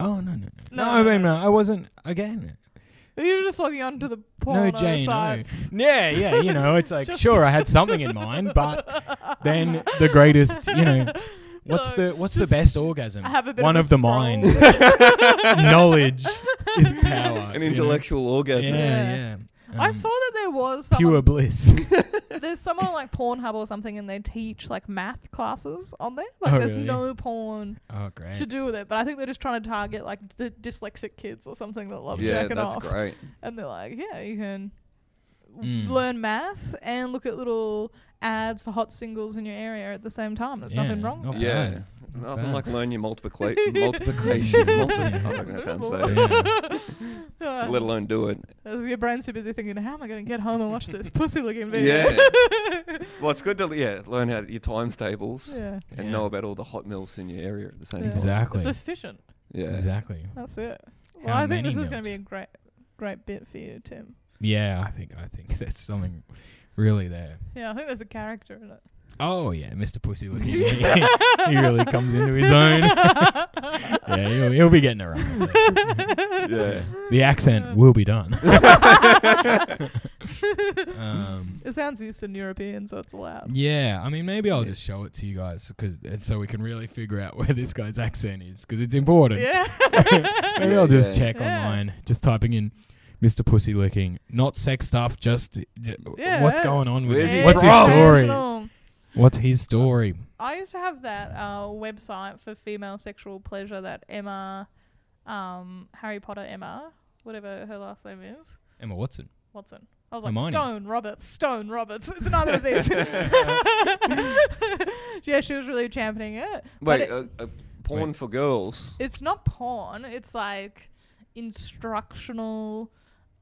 Oh no, no, no. No. No, I mean, no, I wasn't. Again, You were just logging on to the porn Jane, no. sites. yeah, yeah. You know, it's like [LAUGHS] Just- sure, I had something [LAUGHS] in mind, but then the greatest, you know, what's No, the what's just the best orgasm? I have a bit One of, of, the mind. Knowledge [LAUGHS] is power. An you know? intellectual Yeah, orgasm. yeah. Yeah. I Um, saw that there was pure someone, [LAUGHS] bliss. [LAUGHS] there's someone like Pornhub or something, and they teach like math classes on there. Like Oh, there's really? no porn oh, great. to do with it, but I think they're just trying to target like the dyslexic kids or something that love Yeah, jacking that's off. great. And they're like, yeah, you can Mm. learn math and look at little ads for hot singles in your area at the same time. There's nothing Yeah, wrong. not with Yeah. bad. Not Nothing bad. like learn your [LAUGHS] multiplica- [LAUGHS] multiplication. multi- I can't say it. Yeah. [LAUGHS] that. Let alone do it. Uh, Your brain's too busy thinking, how am I going to get home and watch [LAUGHS] this pussy looking video? [LAUGHS] Yeah. Well, it's good to yeah learn how your times tables yeah. and Yeah. know about all the hot milfs in your area at the same Yeah. time. Exactly. It's efficient. Yeah. Exactly. That's it. Well, How I think this many is going to be a notes? great, great bit for you, Tim. Yeah, I think I think [LAUGHS] that's something really there. Yeah, I think there's a character in it. Oh yeah, Mr. Pussy [LAUGHS] looking. [LAUGHS] he really comes into his own. yeah, he'll, he'll [LAUGHS] be getting around. Yeah. The accent will be done. um, It sounds Eastern European, so it's allowed. yeah, I mean, maybe I'll just show it to you guys because so we can really figure out [LAUGHS] where this guy's accent is because it's important. Yeah. [LAUGHS] Maybe [LAUGHS] I'll just Yeah. check Yeah. [LAUGHS] online, just typing in Mr. Pussy Licking, not sex stuff, just j- Yeah, what's yeah. going on with Where's him? he What's his from? story? Original. What's his story? I used to have that uh, website for female sexual pleasure that Emma, um, Harry Potter Emma, whatever her last name is, Emma Watson. Watson. I was like, Hermione. Stone Roberts, Stone Roberts. It's neither of these. [LAUGHS] yeah, she was really championing it. but Wait, it, uh, uh, porn for girls. it's not porn. It's like [LAUGHS] instructional.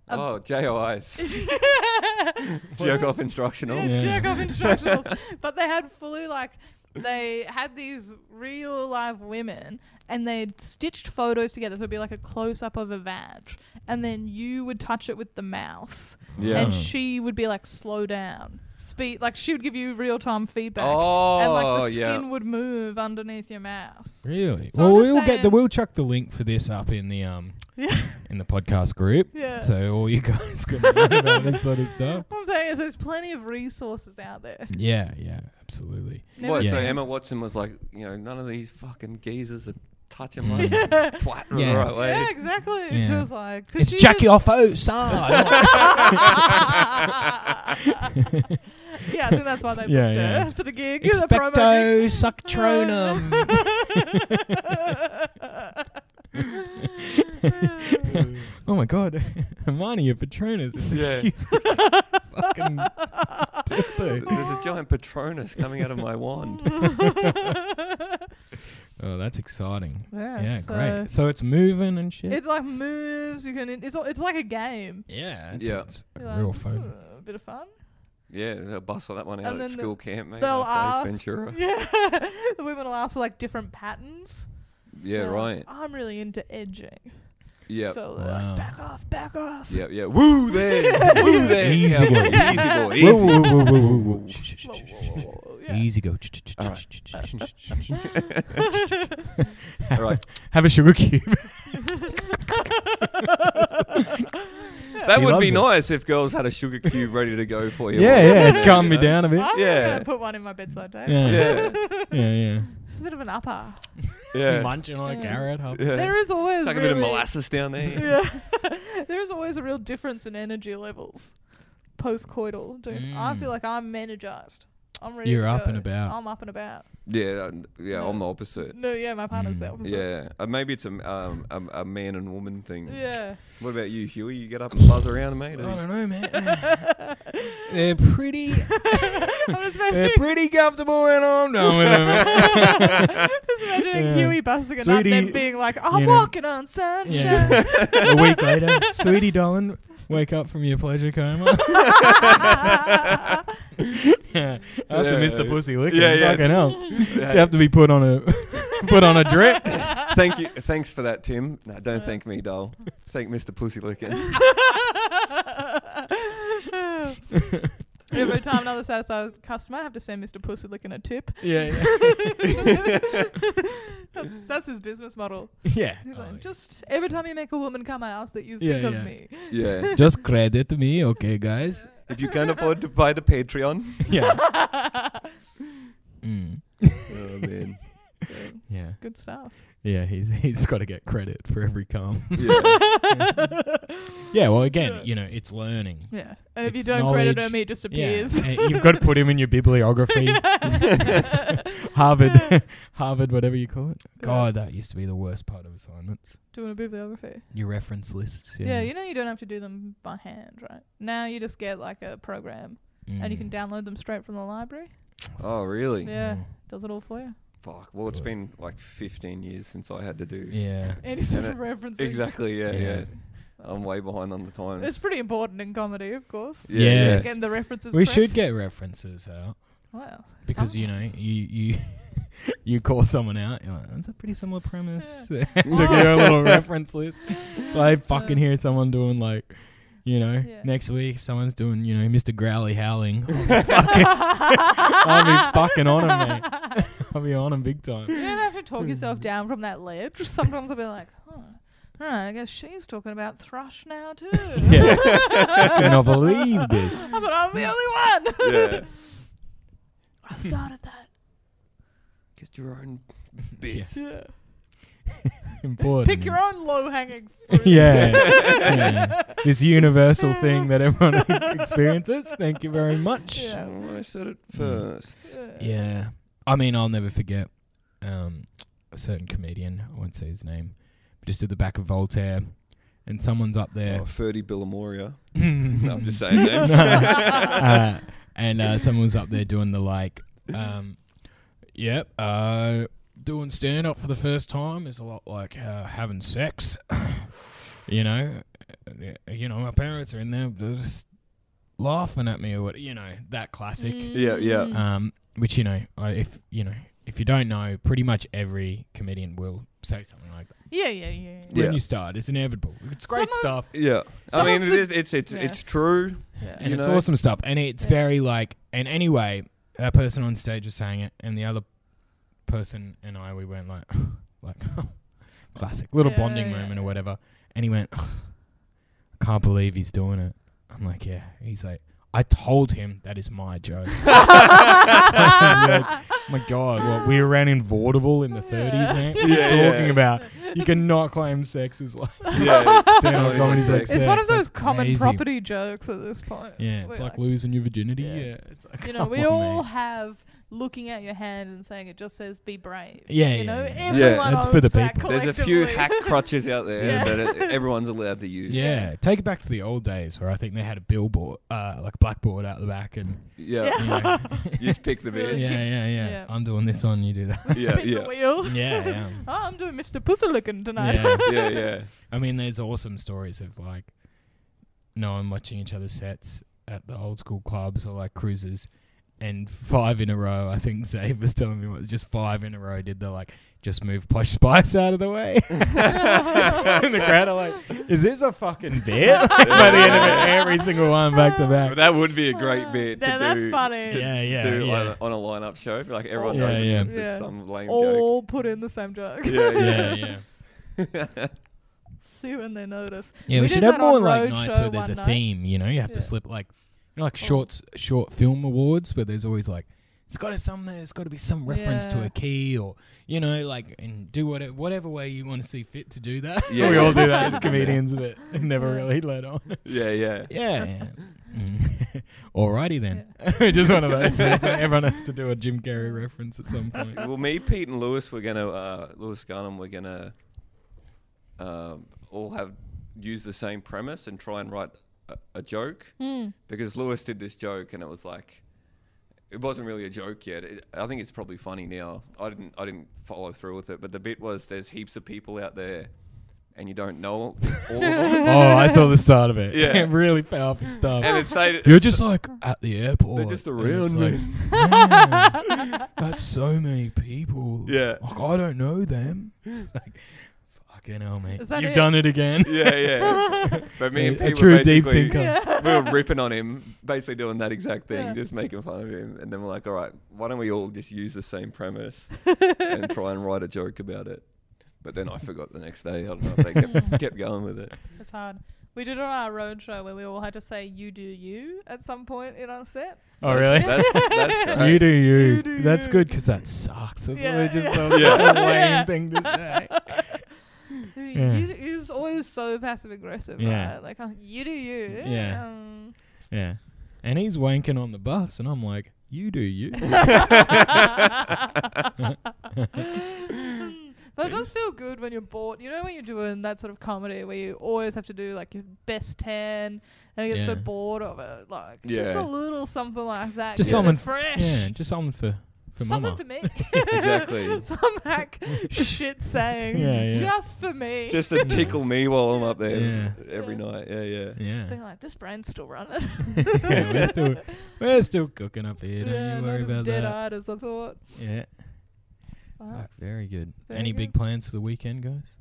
Um, oh, [LAUGHS] JOIs. Jerk It's- off instructional. Yes, Yeah. jerk off instructionals. [LAUGHS] but they had fully like they had these real live women and they'd stitched photos together. So it'd be like a close up of a vag. And then you would touch it with the mouse. Yeah. And Oh. she would be like, slow down. Speed like she would give you real time feedback. Oh, and like the yeah. skin would move underneath your mouse. Really? So I'm well, just we'll get the saying- we'll chuck the link for this up in the um [LAUGHS] Yeah. in the podcast group. Yeah. So all you [LAUGHS] guys can learn about this sort of stuff. I'm saying is there's plenty of resources out there. Yeah, yeah, absolutely. Never What, So Yeah. Emma Watson was like, you know, none of these fucking geezers are touching my [LAUGHS] twat in Yeah. the right way. Yeah, exactly. She Yeah. was like, 'cause It's she Jackie just- Offo, sir. [LAUGHS] yeah, I think that's why they booked [LAUGHS] Yeah, her yeah. for the gig. the promo gig. Expecto [LAUGHS] [LAUGHS] suctronum. [LAUGHS] oh my god, Hermione, your Patronus. It's Yeah. a huge fucking There's dildo. a giant Patronus coming out of my [LAUGHS] wand. Oh, that's exciting. yeah, yeah, so great. So it's moving and shit. It like moves. You can. It's it's like a game. yeah, it's, Yeah. it's You're a like, real "This is fun. A bit of fun. Yeah, there's a bus on that one out And at then school camp, mate. They'll ask. after Ace Ventura. [LAUGHS] Yeah, the women will ask for like different patterns. Yeah, They're like, right. I'm really into edging. Yeah. So they're Wow. like, back off, back off. Yeah, yeah. [LAUGHS] Woo there. Woo there. Easy Yeah, Easy boy. boy. Easy. Whoa, whoa, whoa, whoa, whoa, whoa. Whoa, whoa, whoa, whoa, yeah. Easy go. All [LAUGHS] All right. Have a sugar cube. [LAUGHS] That He would loves be it. nice if girls had a sugar cube ready to go for you. [LAUGHS] yeah, [LAUGHS] yeah. it'd Calm me You know? down a [LAUGHS] bit. I'm Yeah. gonna put one in my bedside table. Yeah. Yeah. Yeah, yeah. It's a bit of an upper. Yeah. Munching on Yeah. a carrot. Huh? Yeah. There is always It's like a really, bit of molasses down there. Yeah, [LAUGHS] there is always a real difference in energy levels post coital. Dude, I Mm. feel like I'm energized I'm ready. You're to up go. and about. I'm up and about. Yeah, and- yeah, I'm the opposite. No, yeah, my partner's the Mm. opposite. Yeah, uh, maybe it's a, m- um, a a man and woman thing. Yeah. What about you, Huey? You get up and buzz around, mate. or- I don't know, [LAUGHS] man. [LAUGHS] They're pretty. I'm just They're imagining, pretty comfortable when I'm done with them. [LAUGHS] [LAUGHS] just imagining Yeah. Huey busting it up, Sweetie, then being like, "I'm you know. walking on sunshine." Yeah. a week later, sweetie darling, wake up from your pleasure [LAUGHS] [LAUGHS] coma. yeah, after Yeah. Mr. Pussy licking, Yeah, yeah. fucking hell, Yeah. you have to be put on a put on a drip. Thank you. Thanks for that, Tim. No, don't thank me, doll. Thank Mr. Pussy Licking. [LAUGHS] Every time another satisfied customer, I have to send Mr. Pussy Licking a tip. Yeah, yeah. [LAUGHS] that's, that's his business model. [LAUGHS] yeah. He's Oh, like, just every time you make a woman come, I ask that you Yeah, think yeah. of me. Yeah. [LAUGHS] just credit me, okay, guys. If you can't afford to buy the Patreon. [LAUGHS] Yeah. [LAUGHS] Mm. Oh, man. Yeah. Good stuff. Yeah, he's he's got to get credit for every calm. [LAUGHS] Yeah. [LAUGHS] yeah, well, again, you know, it's learning. Yeah. And if you Mm-hmm. It's don't credit knowledge. him, he just Yeah, appears. and you've got to put [LAUGHS] him in your bibliography, Harvard, [LAUGHS] Harvard, whatever you call it. God, that used to be the worst part of assignments. Doing a bibliography. Your reference lists. Yeah. you know you don't have to do them by hand, right? Now you just get like a program and Mm. you can download them straight from the library. Oh, really? Yeah. Does it all for you. Fuck. Well, it's been like 15 years since I had to do. Mm. Yeah. Any sort And of references. Exactly. Yeah, Yeah. yeah. I'm way behind on the times. It's pretty important in comedy, of course. Yeah, Yes. Getting the references. We correct. should get references out Well, because [LAUGHS] you know you you you call someone out. You're like, That's a pretty similar premise. [LAUGHS] to get [LAUGHS] a little reference list. I fucking hear someone doing like, you know, Yeah. next week if someone's doing you know Mr. [LAUGHS] Growly howling. I'll I'll be fucking on him, mate. [LAUGHS] I'll be on him big [LAUGHS] time. You don't have to talk [LAUGHS] yourself down from that ledge. Sometimes I'll be like, huh. All right, I guess she's talking about thrush now too. [LAUGHS] Yeah. Cannot believe this. I thought I was the only one. yeah. I started that. Get your own bits. Yeah. Important. Pick your own [LAUGHS] low-hanging fruit. yeah. [LAUGHS] yeah. This universal thing that everyone [LAUGHS] experiences. Thank you very much. Yeah. Oh, I said it first. Yeah. I mean, I'll never forget um, a certain comedian. I won't say his name. but Just at the back of Voltaire, and someone's up there. Oh, [LAUGHS] 30 [LAUGHS] Billamoria. no, I'm just saying names. uh, and uh, someone was up there doing the like, um, yep, uh, doing stand up for the first time is a lot like uh, having sex. [COUGHS] you know, Uh, you know, my parents are in there just laughing at me or what, you know, that classic. Yeah, yeah. Mm. Um, which you know, I, if you know, if you don't know, pretty much every comedian will say something like that yeah, yeah, yeah. Yeah. when you start. It's inevitable. It's Some great of- stuff. [LAUGHS] Yeah. Some I of mean, the- [LAUGHS] [LAUGHS] it, is- it's it's Yeah. it's true. [LAUGHS] yeah. and you it's know? awesome stuff. And it's Yeah. very like, and anyway, that person on stage was saying it, and the other person and I, we went like, [LAUGHS] like, classic little Yeah, bonding yeah, moment yeah. or whatever. And he went, [LAUGHS] I can't believe he's doing it. I'm like, yeah. He's like, I told him that is [LAUGHS] my joke. yeah. Oh my God, what we ran in vaudeville in the [LAUGHS] 30s, man. What are you Yeah, yeah. talking about? You cannot claim sex is [LAUGHS] like Yeah. stand-up yeah, comedy's like sex. It's one of sex. those That's common crazy. property jokes at this point. Yeah, We're it's like, losing your virginity. Yeah. Yeah, it's like, you know, [LAUGHS] come we on, all mate. have looking at your hand and saying it just says be brave. Yeah, you yeah, know, yeah. everyone Yeah. That's for the owns that people. There's [LAUGHS] a few collectively. hack crutches out there Yeah. that it, everyone's allowed to use. Yeah, take it back to the old days where I think they had a billboard, uh, like a blackboard out the back, and Yeah. Yeah. you know, [LAUGHS] You just pick the yeah, Really? bits. yeah, yeah, Yeah. I'm doing this one, you [LAUGHS] do that. Yeah, Spin the [LAUGHS] yeah. wheel. [LAUGHS] yeah, yeah. Oh, I'm doing Mr. Pussylicking tonight. yeah. Yeah, yeah. I mean, there's awesome stories of like, no one watching each other's sets at the old school clubs or like cruises, and five in a row. I think Zave was telling me what just five in a row did the like just move plush spice out of the way. [LAUGHS] [LAUGHS] and the crowd are like, "Is this a fucking bit?" [LAUGHS] By the end of it, every single one back to back. [LAUGHS] But [LAUGHS] that would [LAUGHS] be a [LAUGHS] great bit to Yeah, that's do. funny. To Yeah, yeah, do yeah. On, a, on a lineup show, like everyone Yeah, knows yeah. it's just Yeah. some lame joke. All put in the same [LAUGHS] joke. Yeah, yeah. yeah, yeah. See when they notice. Yeah, we, We should did have that more on like road nights show where there's a one night. theme. You know, you have Yeah. to slip like, you know, like Oh. shorts, short film awards where there's always like, it's got to some, there's got to be some reference to Yeah. a key or you know, like, and do whatever, whatever way you want to see fit to do that. Yeah, [LAUGHS] we yeah. all do that as Yeah. comedians, but never Yeah. really let on. [LAUGHS] Yeah, yeah. yeah, yeah. Mm. Alrighty then. [LAUGHS] Just one of those. It's like everyone has to do a Jim Carrey reference at [LAUGHS] some point. well, me, Pete, and Lewis were gonna uh, Lewis Garnham were gonna um, all have use the same premise and try and write a, a joke Hmm. because Lewis did this joke and it was like it wasn't really a joke yet. It, I think it's probably funny now. I didn't I didn't follow through with it, but the bit was there's heaps of people out there and you don't know all of [LAUGHS] them. oh, I saw the start of it. Yeah. [LAUGHS] really powerful stuff. And it's say You're just like at the airport. they're just and it's around like, me. [LAUGHS] "Man, that's so many people. Yeah. Like, I don't know them. [LAUGHS] It's like, fucking hell, mate. Is that You've it? done it again. Yeah, [LAUGHS] yeah. But me and A- a Pete were true deep basically- thinker. we were ripping on him, basically doing that exact thing, Yeah. just making fun of him. And then we're like, all right, why don't we all just use the same premise [LAUGHS] and try and write a joke about it? But then I forgot the next day. I don't know. [LAUGHS] They kept, kept going with it. It's hard. We did it on our roadshow where we all had to say "you do you" at some point in our set. Oh, That's- really? That's, [LAUGHS] that's great. You do you. You do That's you. good because that sucks. That's Yeah, really just yeah. the Yeah. such a [LAUGHS] lame Yeah. thing to say. Yeah. You, you're just always so passive aggressive, Yeah. right? Like oh, you do you. Yeah. [LAUGHS] Um, Yeah. And he's wanking on the bus, and I'm like, you [LAUGHS] do you. but it does feel good when you're bored. You know when you're doing that sort of comedy where you always have to do like your best ten, and you get so Yeah. bored of it. Like just Yeah. a little something like that. keeps Just it someone- fresh. yeah, just something for, for Something mama. for me. [LAUGHS] Exactly. Some hack shit saying. Yeah, yeah. Just for me. Just to tickle me while I'm up there Yeah. every Yeah. night. Yeah, yeah. being yeah. like, this brand's still running. [LAUGHS] yeah [LAUGHS] we're, still, we're still cooking up here. Don't yeah, you worry not about as dead that. Uh, eyed as I thought. Yeah. Wow. Fuck, very good. Very Any good. big plans for the weekend, guys?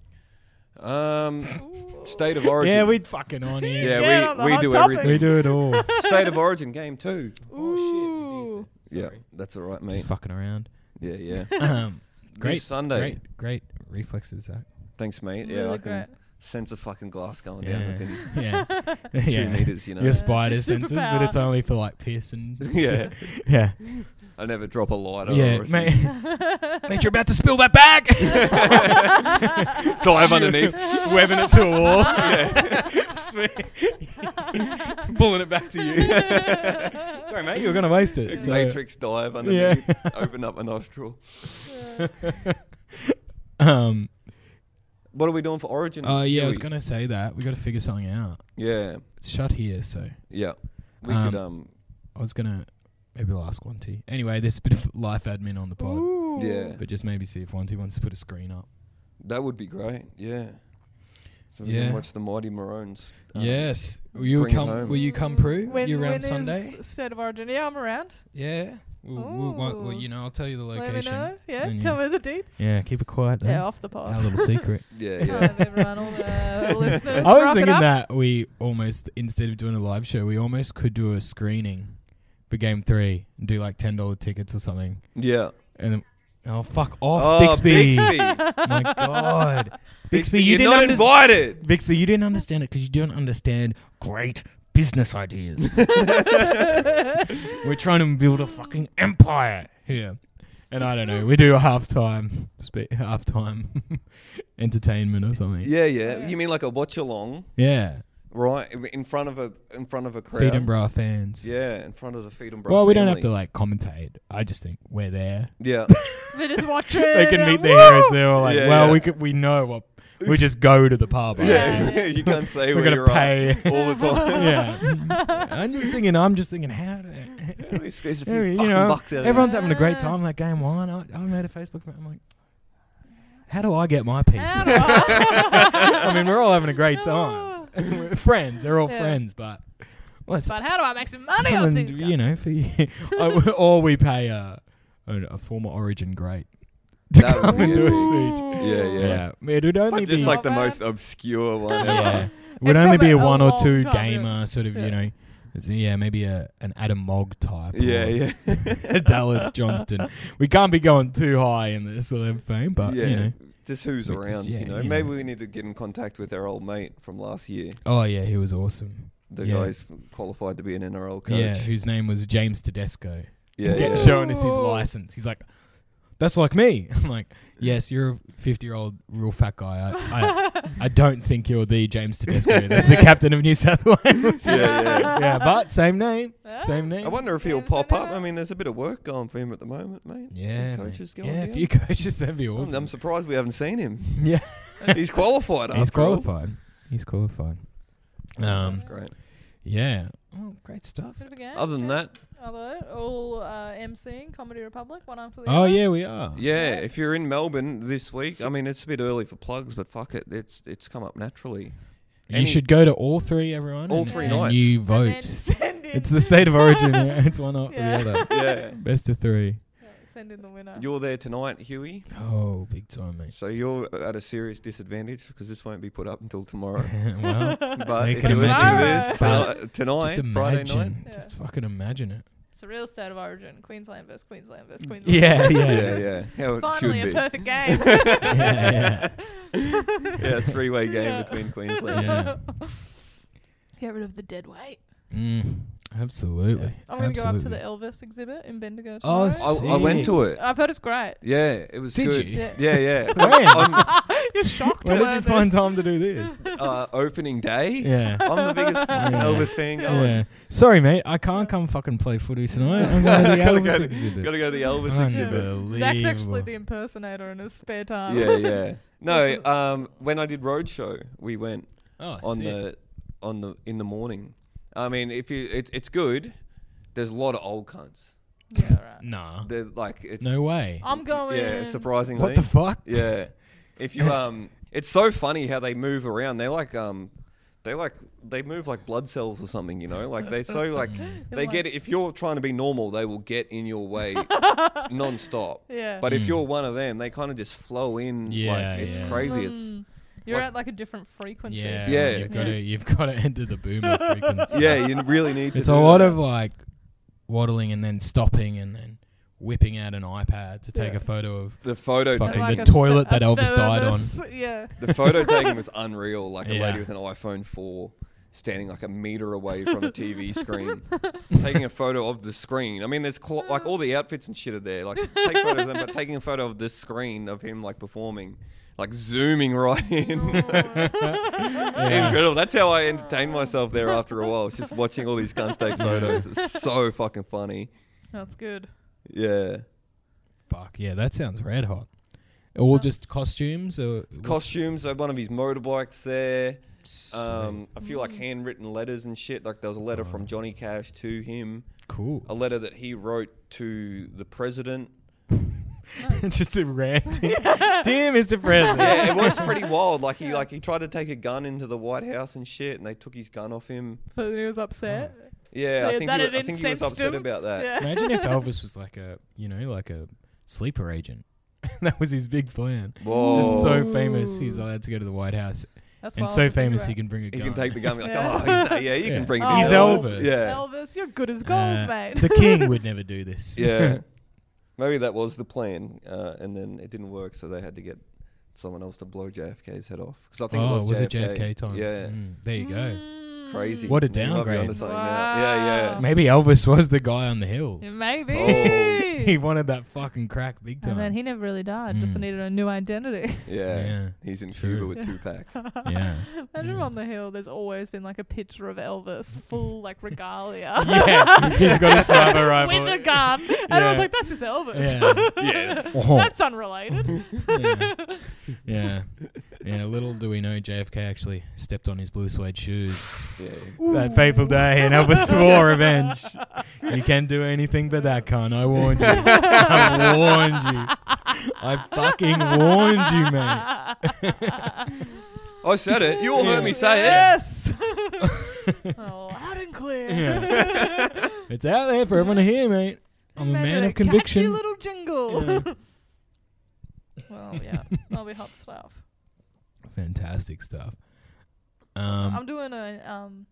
Um, Ooh. state of origin. Yeah, we fucking on here. Yeah, Get we- on the we hot do topics. everything. we do it [LAUGHS] all. state of origin game two. Oh, Ooh. Yeah, that's all right, mate. Just fucking [LAUGHS] around. Yeah, yeah. Um, This great, Sunday. great, great reflexes, Zach. Thanks, mate. [LAUGHS] Yeah, Really I can great. sense a fucking glass going Yeah. down within [LAUGHS] [LAUGHS] Yeah, two yeah. meters. You know. Your it's a spider senses, but superpower. it's only for like piercing. [LAUGHS] yeah. [LAUGHS] yeah, I never drop a lighter. yeah. Or a Mate, mate, [LAUGHS] [LAUGHS] you're about to spill that bag. Dive [LAUGHS] underneath. webbing it to [LAUGHS] a wall. [LAUGHS] Pulling it back [LAUGHS] [LAUGHS] to you. Sorry, mate, you were gonna waste it. It's so- Matrix dive Yeah. underneath. [LAUGHS] Open up a [LAUGHS] nostril. um. What are we doing for Origin? Oh yeah, I Huey? was gonna say that we got to figure something out. Yeah, It's shut here, so yeah. We could um. I was gonna maybe I'll ask Wanty. Anyway, there's a bit of life admin on the pod, Ooh. Yeah, but just maybe see if Wanty wants to put a screen up. that would be great. Yeah. So we Yeah. can watch the Mighty Maroons. um, yes, will you bring it come? home. Will you come, Prue? When, you around when is Sunday? State of Origin. Yeah, I'm around. Yeah. We'll, we'll, want- well, Ooh. you know, I'll tell you the location. Let me know. Yeah, then tell you- me the deets. Yeah, Yeah, keep it quiet. Though. off the pod. Our little [LAUGHS] secret. Yeah, I'll yeah. have everyone, all [LAUGHS] the listeners. I was rock it thinking up. that we almost, instead of doing a live show, we almost could do a screening for Game Three and do like ten dollar tickets or something. yeah. And then, oh fuck off, Bixby! [LAUGHS] My God, Bixby, you you're didn't not under- invited. Bixby, you didn't understand it because you don't understand great [LAUGHS] business ideas. We're trying to build a fucking empire here. And I don't know, we do a halftime, spe- halftime [LAUGHS] entertainment or something. Yeah, yeah. You mean like a watch along, Yeah. right? In front of a in front of a crowd. Feed and bra fans. Yeah, in front of the feed and bro. Well, we don't have to like commentate. I just think we're there. Yeah, [LAUGHS] They just watch it. They can and meet woo! their heroes. They're all like, Yeah, well, yeah. we could, we know what. We just go to the pub. yeah. [LAUGHS] right? yeah. you can't say where We're gonna you're at pay. [LAUGHS] all the time. yeah. I'm just thinking. I'm just thinking. How? do- Yeah, we squeeze a few Yeah, you fucking know, bucks out of Everyone's having a great Yeah. time that game one. I, I made a Facebook. fan. I'm like, how do I get my piece? [LAUGHS] And now? [LAUGHS] I- I mean, we're all having a great time. [LAUGHS] we're friends. They're all Yeah. friends, but well, it's But how do I make some money off someone, these guys? you know, for you, [LAUGHS] I- or we pay a, a, a former Origin great. to That would come be and do a epic. speech. Yeah, yeah. Yeah, it would only there. be Just like the Not bad. most obscure [LAUGHS] one. [LAUGHS] yeah, ever. it would And only from be a- a a one or long two time, yeah. gamer sort of, Yeah. you know. it's- Yeah, maybe a an Adam Mogg type. Yeah, or- [LAUGHS] yeah. Dallas Johnston. We can't be going too high in the sort of fame, but yeah. you know. Just who's Because, around, yeah, you know. you Maybe know. we need to get in contact with our old mate from last year. Oh yeah, he was awesome. The Yeah. guy's qualified to be an NRL coach. Yeah, whose name was James Tedesco. yeah. Get- yeah. Showing us his Ooh. license. He's like, [LAUGHS] "That's like me." I'm like, "Yes, you're a 50 year old real fat guy. I, I I don't think you're the [LAUGHS] James Tedesco. That's the captain of New South Wales. Yeah, yeah. [LAUGHS] yeah, but same name, Ah. same I name. wonder if Yeah, he'll so pop now- up. I mean, there's a bit of work going for him at the moment, mate. Yeah, mate. coaches going yeah. down. If you [LAUGHS] coaches, that'd be I'm- awesome. I'm surprised we haven't seen him. [LAUGHS] [LAUGHS] yeah, He's qualified. he's after all. qualified. He's qualified. Um, That's great. yeah. Oh, great stuff. Bit of a game. Other than that, Hello, all uh, MCing Comedy Republic, one after the Oh other. yeah, we are. yeah, if you're in Melbourne this week, I mean, it's a bit early for plugs, but fuck it, it's it's come up [LAUGHS] naturally. You Any- should go to all three, everyone. All and- three and nights. You And vote. then [LAUGHS] send in- It's the state of [LAUGHS] origin. yeah. It's one after Yeah. the other. Yeah, Best of three. Yeah, Send in the winner. [LAUGHS] you're there tonight, Huey. Oh, big time, [LAUGHS] mate. So you're at a serious disadvantage because this won't be put up until [LAUGHS] tomorrow. [LAUGHS] well, But You if can you listen to imagine. this tonight, tonight just [LAUGHS] Friday night, imagine. night? Just fucking imagine [LAUGHS] it. It's a real state of origin. Queensland versus Queensland versus Queensland. Yeah, yeah. yeah, yeah, how [LAUGHS] it Finally, a should be. perfect [LAUGHS] game. yeah. Yeah, a [LAUGHS] three-way game Yeah. between Queensland. [LAUGHS] Yeah. Get rid of the dead weight. Mm, absolutely. I'm going to go up to absolutely. the Elvis exhibit in Bendigo Oh, tomorrow. I, I went to it. I've heard it's great. Yeah, it was Did good. you? Yeah. Yeah, [LAUGHS] yeah. [LAUGHS] When? On, You're shocked. When to did you learn find this. time to do [LAUGHS] this? uh, opening day. Yeah. I'm the biggest fucking [LAUGHS] Yeah. Elvis fan going. Yeah. Sorry, mate. I can't come fucking play footy tonight. I'm going to the Gotta [LAUGHS] Elvis go to- exhibit. Gotta go to the Elvis exhibit. Unbelievable. Zach's actually the impersonator in his spare time. Yeah, yeah. No, Awesome. um, when I did Roadshow, we went oh, on sick. the on the in the morning. I mean, if you, it's it's good. There's a lot of old cunts. [LAUGHS] Yeah, right. [LAUGHS] Nah. They're like it's Uh, No way. I'm going. [GASPS] yeah, surprisingly. What the fuck? yeah. If you [LAUGHS] um, it's so funny how they move around. They're like um, they like they move like blood cells or something. You know, like [LAUGHS] they're so like they like- get if you're trying to be normal, they will get in [LAUGHS] your way non-stop. yeah. But if Mm. you're one of them, they kind of just flow in. Yeah, like, it's yeah. crazy. It's Mm. You're like- at like a different frequency. Yeah, Yeah. You've got to you've got to enter the boomer [LAUGHS] frequency. yeah, you really need to. It's do a lot that. of like waddling and then stopping and then whipping out an iPad to take Yeah. a photo of. the photo Fucking taking. the a toilet th- that a Elvis died on. thermos. [LAUGHS] Yeah. The photo taken was unreal. Like a Yeah. lady with an iPhone 4 standing like a meter away from a [LAUGHS] TV screen, taking a photo of the screen. I mean, there's cl- like all the outfits and shit are there. Like take photos, of them, but taking a photo of the screen of him like performing, like zooming right [LAUGHS] Oh. in. [LAUGHS] [LAUGHS] Yeah. Incredible. That's how I entertained myself there after a while. It's just watching all these guns take photos. It's so fucking funny. That's good. Yeah. Fuck yeah, that sounds red hot. All just costumes or Costumes, uh, one of his motorbikes there. Sweet. Um, a few Mm. like handwritten letters and shit. Like there was a letter from Johnny Cash to him, cool. a letter that he wrote to the president. [LAUGHS] just [LAUGHS] a ranting. Dear Mr. President. Yeah, it was [LAUGHS] pretty wild. Like he like he tried to take a gun into the White House and shit, and they took his gun off him. But he was upset. Yeah, Yeah, I think that he, had wa- I think he was incensed upset him. about that. Yeah. Oh. Imagine if Elvis was like a you know like a sleeper agent. [LAUGHS] that was his big plan. Whoa. He's so famous, Ooh. he's allowed to go to the White House, [LAUGHS] That's and wild so to think famous about. he can bring a He gun. can [LAUGHS] take the gun. and be Like, Yeah. oh, he's not- yeah, you Yeah. can bring it. Oh, in." He's Elvis. Yeah, Elvis, you're good as gold, Uh, mate. The [LAUGHS] king would never do this. [LAUGHS] yeah. [LAUGHS] Maybe that was the plan, uh, and then it didn't work, so they had to get someone else to blow JFK's head off. Because I think oh, it was, it JFK time? Yeah. Mm, there you go. Mm. Crazy. What a You might be onto downgrade. something now. Yeah, Wow. yeah. Maybe Elvis was the guy on the hill. Maybe. Oh. He wanted that fucking crack big time. and then he never really died. Just Mm. needed a new identity. [LAUGHS] Yeah. yeah. He's in True. Cuba [LAUGHS] with Tupac. Yeah. Imagine Yeah. on the hill. There's always been like a picture of Elvis, full like regalia, [LAUGHS] yeah. He's got [LAUGHS] a sniper rifle. with a gun, and I was Yeah. like, "That's just Elvis. [LAUGHS] Yeah. yeah. Oh, That's unrelated." yeah. yeah. Yeah. Little do we know JFK actually stepped on his blue suede shoes. Yeah. That fateful day, [LAUGHS] and Elvis swore revenge. You can't do anything but that, cunt. I warned you. [LAUGHS] I warned you. I fucking warned you, [LAUGHS] man. I said it. You all heard me say it. [LAUGHS] yes. [LAUGHS] [LAUGHS] oh, loud and clear. Yeah. It's out there for everyone to hear, mate. I'm a Made man a of conviction. Catchy little jingle. Yeah. [LAUGHS] well, yeah, that'll be hot stuff. Fantastic stuff. Um, I'm doing a um,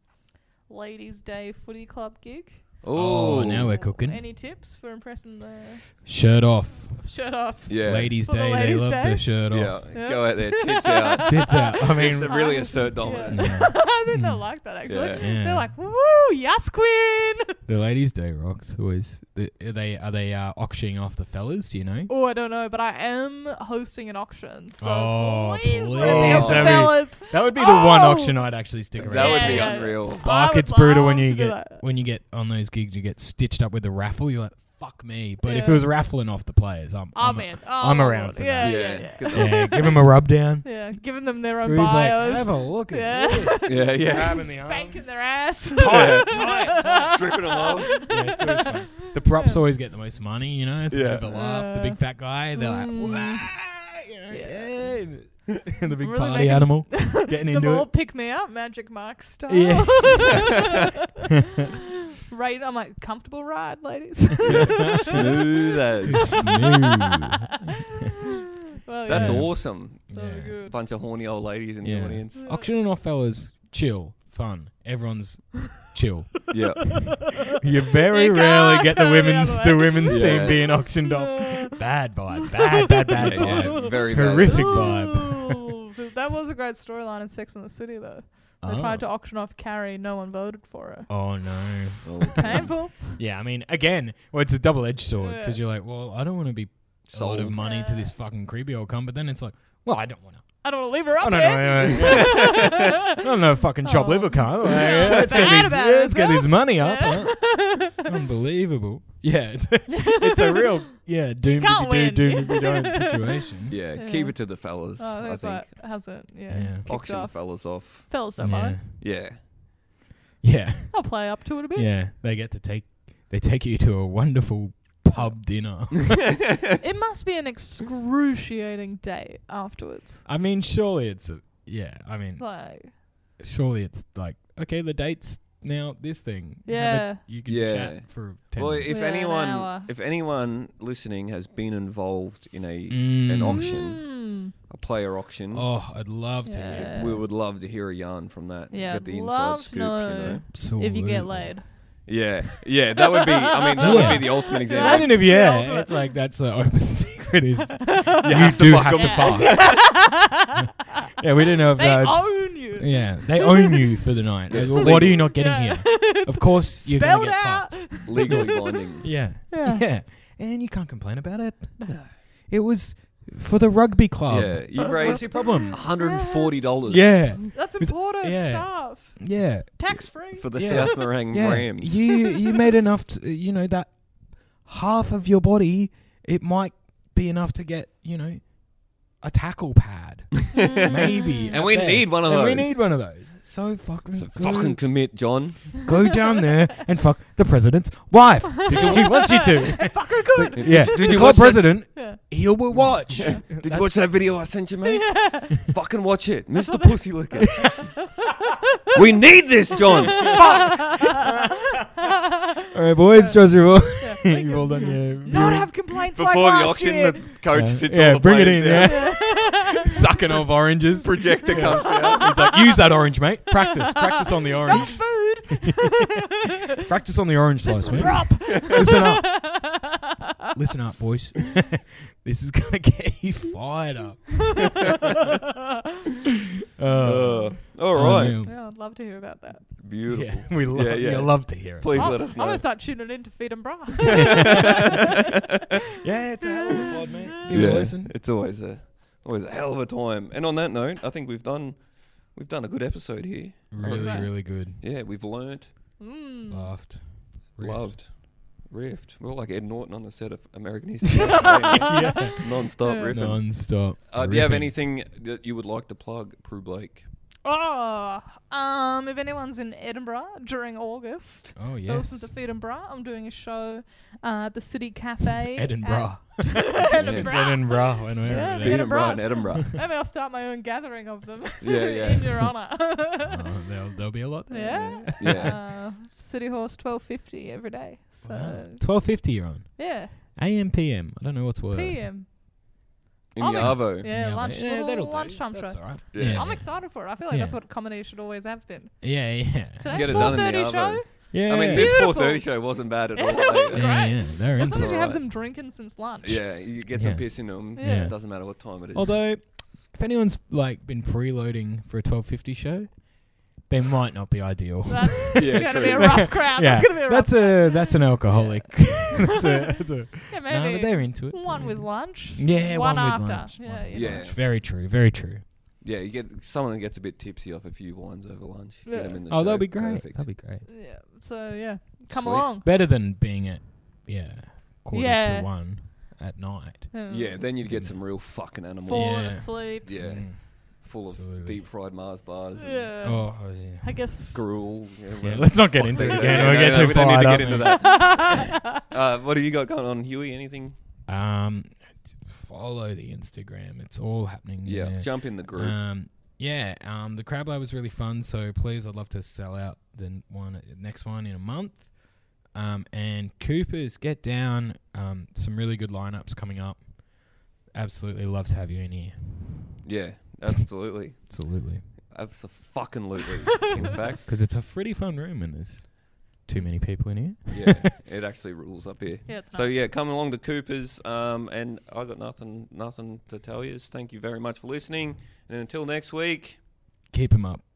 ladies' day footy club gig. oh, Ooh. now we're cooking. Any tips for impressing the Shirt off. shirt off? Yeah. Ladies' For the day. ladies' they love day. their shirt Yeah. off. Go out there, [LAUGHS] tits out. [LAUGHS] Tits out. I Just mean, to really assert dominance. [LAUGHS] yeah. I did not like that actually. Yeah. Yeah. They're like, woo, yes, queen. [LAUGHS] the ladies' day rocks. Always. The- Are they are they uh, auctioning off the fellas? Do you know? Oh, I don't know, but I am hosting an auction, so Oh, please, please, let me help the that'd be- fellas. That would be the one Oh! auction I'd actually stick around. That would for. be unreal. I Fuck, would it's brutal when love you to do get that. when you get on those gigs. You get stitched up with a raffle. You're like, fuck me. But if it Yeah. was raffling off the players, I'm Oh, I'm, man. Oh, I'm around Lord. for yeah, that. Yeah, Yeah. yeah. Good yeah, give him a rub down. [LAUGHS] Yeah, giving them their own Who's like, bios. have [LAUGHS] a look at Yeah. this. Yeah, yeah. Grabbing the arms. Spanking their [LAUGHS] ass. Tight, tight, [LAUGHS] tight. Stripping them off. Yeah, it's [LAUGHS] always fun. The props always get the most money, you know. It's a bit of a Yeah. laugh. the big fat guy, they're Mm. like, "Wah!" you know, yeah. [LAUGHS] the big Really party making- animal [LAUGHS] getting the into more it. pick me up, magic mark [LAUGHS] style. Yeah. right, I'm like comfortable ride, [LAUGHS] ladies. Smooth as. [LAUGHS] Well, [LAUGHS] That's yeah. Yeah. awesome. So Yeah. good. Bunch of horny old ladies in Yeah. the [LAUGHS] audience. Auctioning off fellas, chill, fun. Everyone's [LAUGHS] chill. Yeah. You very You rarely can't get go the the women's other the way. women's Yeah. team being [LAUGHS] auctioned off. Bad vibe, bad, bad, [LAUGHS] bad Yeah, yeah. vibe. Very Horrific. bad. vibe. Ooh, that was a great storyline in Sex and the City, though. They Oh. tried to auction off Carrie. No one voted for her. Oh no. Oh, Painful. Yeah, I mean, again, well, it's a double edged sword Yeah. because you're like, well, I don't want to be sold of Sold. money to this fucking creepy old cunt, but then it's like, well, I don't want to. I don't want to leave her I up don't know. here. yeah. [LAUGHS] I don't know. Fucking chop Oh. [LAUGHS] liver cunt. Like, yeah, Yeah, let's get bad his, about yeah, let's get his money up. Yeah. [LAUGHS] huh? Unbelievable. Yeah, [LAUGHS] it's, it's a real yeah doomed if can't you do, win. doomed if you don't [LAUGHS] situation. yeah, Yeah. keep it to the fellas, Oh, I that's think. like, hasn't. Yeah. Yeah. kicked Auction the off. fellas off. Fell so yeah, high. Yeah. yeah, I'll play up to it a [LAUGHS] bit. yeah. They get to take they take you to a wonderful pub dinner. It must be an excruciating day afterwards. I mean, surely it's a, yeah. I mean, Like, surely it's like okay, the date's now this thing. Have a- Yeah. you can Yeah. chat for [LAUGHS] ten. Well, minutes. if Yeah, an anyone, hour. if anyone listening has been involved in a an Mm. auction, Mm. a player auction, oh, I'd love to. Yeah. we would love to hear a yarn from that. Yeah, get the I'd inside love to scoop. You know? know. if you get laid. Yeah, yeah, that would be. I mean, that Yeah. would be the ultimate Yeah. I example. don't know [LAUGHS] That's if the yeah, ultimate. it's like that's the open [LAUGHS] secret [LAUGHS] is You you have to do fuck have 'em. to [LAUGHS] fuck. [LAUGHS] yeah, we don't know if they that's own you. [LAUGHS] yeah they own you for the night. Yeah, Like, it's well, what are legal. you not getting Yeah. here? [LAUGHS] Of course you're Spelled gonna get out. fucked. legally binding. [LAUGHS] Yeah. Yeah. yeah, and you can't complain about it. No. It was for the rugby club. yeah, you What's raised your problem? one hundred and forty dollars. Yeah, That's It's- important yeah. stuff. yeah. Tax free. for the Yeah. South Morang Rams. You you made enough. To, you know that half of your body it might be enough to get you know a tackle pad, Mm. [LAUGHS] maybe. [LAUGHS] And at we best. need one of And We those. need one of those. So fucking So good. fucking commit, John. go down there and fuck the president's wife. [LAUGHS] he wants you [LAUGHS] to. Fuck her good. [LAUGHS] Yeah, [LAUGHS] Did you the watch club that- president. Yeah. He will watch. Did you watch that video I sent you, [LAUGHS] mate? Fucking watch it, what Mr. they- Pussy Licker. [LAUGHS] we need this, [LAUGHS] John. Fuck. All right, boys, Josie, Yeah, we [LAUGHS] you've can all done your. Not have complaints like last year. coach Yeah. Yeah, bring it in, yeah. [LAUGHS] [LAUGHS] sucking off oranges. [LAUGHS] Projector comes [LAUGHS] out. It's like use that orange, mate. Practice, practice on the Not orange. food. [LAUGHS] Practice on the orange slice, This mate. prop. Listen up, [LAUGHS] listen up, boys. [LAUGHS] this is gonna get you fired up. Uh, Uh, all right. unreal. Yeah, I'd love to hear about that. Beautiful. Yeah, we love. Yeah, yeah. You love to hear it. Please I'm, let us I'm know. gonna start tuning in to Feed and Bra. [LAUGHS] Yeah, it's a hell of a pod, mate. [LAUGHS] Give it Yeah, a listen. It's always a always a hell of a time. And on that note, I think we've done we've done a good episode here. Really, Alright. really good. Yeah, we've learnt, Mm. Laughed. [LAUGHS] Riffed. loved, riffed. We're like Ed Norton on the set of [LAUGHS] American History X yeah. non-stop Yeah. riffing. Non-stop. Uh, do you have riffing. anything that you would like to plug, Prue Blake? Oh, um, if anyone's in Edinburgh during August, Oh go listen yes. to Feed and Bra. I'm doing a show uh, at the City Cafe. at- Edinburgh. It's [LAUGHS] Edinburgh. Edinburgh. I know Yeah, it Feed is. Edinburgh. Edinburgh and Edinburgh. [LAUGHS] Maybe I'll start my own gathering of them [LAUGHS] Yeah, yeah. in your honour. Oh, there'll, there'll be a lot there. [LAUGHS] yeah. yeah. Uh, City Horse 12.50 every day. So, Twelve fifty you're on. yeah. AM PM. I don't know what's worse. PM. In I'm the ex- Arvo. Yeah, lunch. Yeah, that'll little do. lunchtime show. That's all right. Yeah. I'm excited for it. I feel like Yeah. that's what comedy should always have been. Yeah, yeah. Today's Get it done in the 4.30 Arvo. show. Yeah. I mean, this Beautiful. 4:30 show wasn't bad at [LAUGHS] all. It was eh? great. yeah, yeah, they're As into long as it. you have alright. them drinking since lunch. Yeah, you get some Yeah. piss in them. Yeah. It doesn't matter what time it is. Although, if anyone's like been preloading for a twelve fifty show, they might not be ideal. That's [LAUGHS] Yeah, going to true. be a rough crowd. yeah, That's going to be a rough that's a that's an alcoholic. [LAUGHS] that's a, that's a Yeah, no, but maybe they're into it. one They're with into lunch. it. yeah, one, one, with after. lunch. Yeah, one with yeah. yeah. lunch. very true, very true. Yeah, you get someone that gets a bit tipsy off a few wines over lunch. Get Yeah. 'em in the oh, show. that'll be great. Perfect. That'll be great. Yeah. So yeah, come Sweet. along. Better than being at yeah quarter Yeah. to one at night. Mm. yeah, then you'd get some real fucking animals. falling Yeah. asleep. Yeah, Mm. full of Absolutely. deep fried Mars bars. And Yeah. Oh yeah. I guess. Gruel. Yeah, Yeah, whatever. let's not get Fuck into that. it Yeah, again. no, We'll no, get no, too we don't need fired to up. get into man. that. [LAUGHS] Uh, what have you got going on, Huey? Anything? Um, t- follow the Instagram. It's all happening. Yeah, there. jump in the group. Um, yeah. Um, the crab lab was really fun. So please, I'd love to sell out the n- one next one in a month. Um, and Coopers, get down. Um, some really good lineups coming up. Absolutely love to have you in here. yeah, absolutely, Absolutely, absolutely. [LAUGHS] in fact, because it's a pretty fun room and there's too many people in here. yeah, it actually rules up here. Yeah, it's So nice. yeah, coming along to Cooper's, um, and I got nothing, nothing to tell you. Thank you very much for listening, and until next week. Keep 'em up.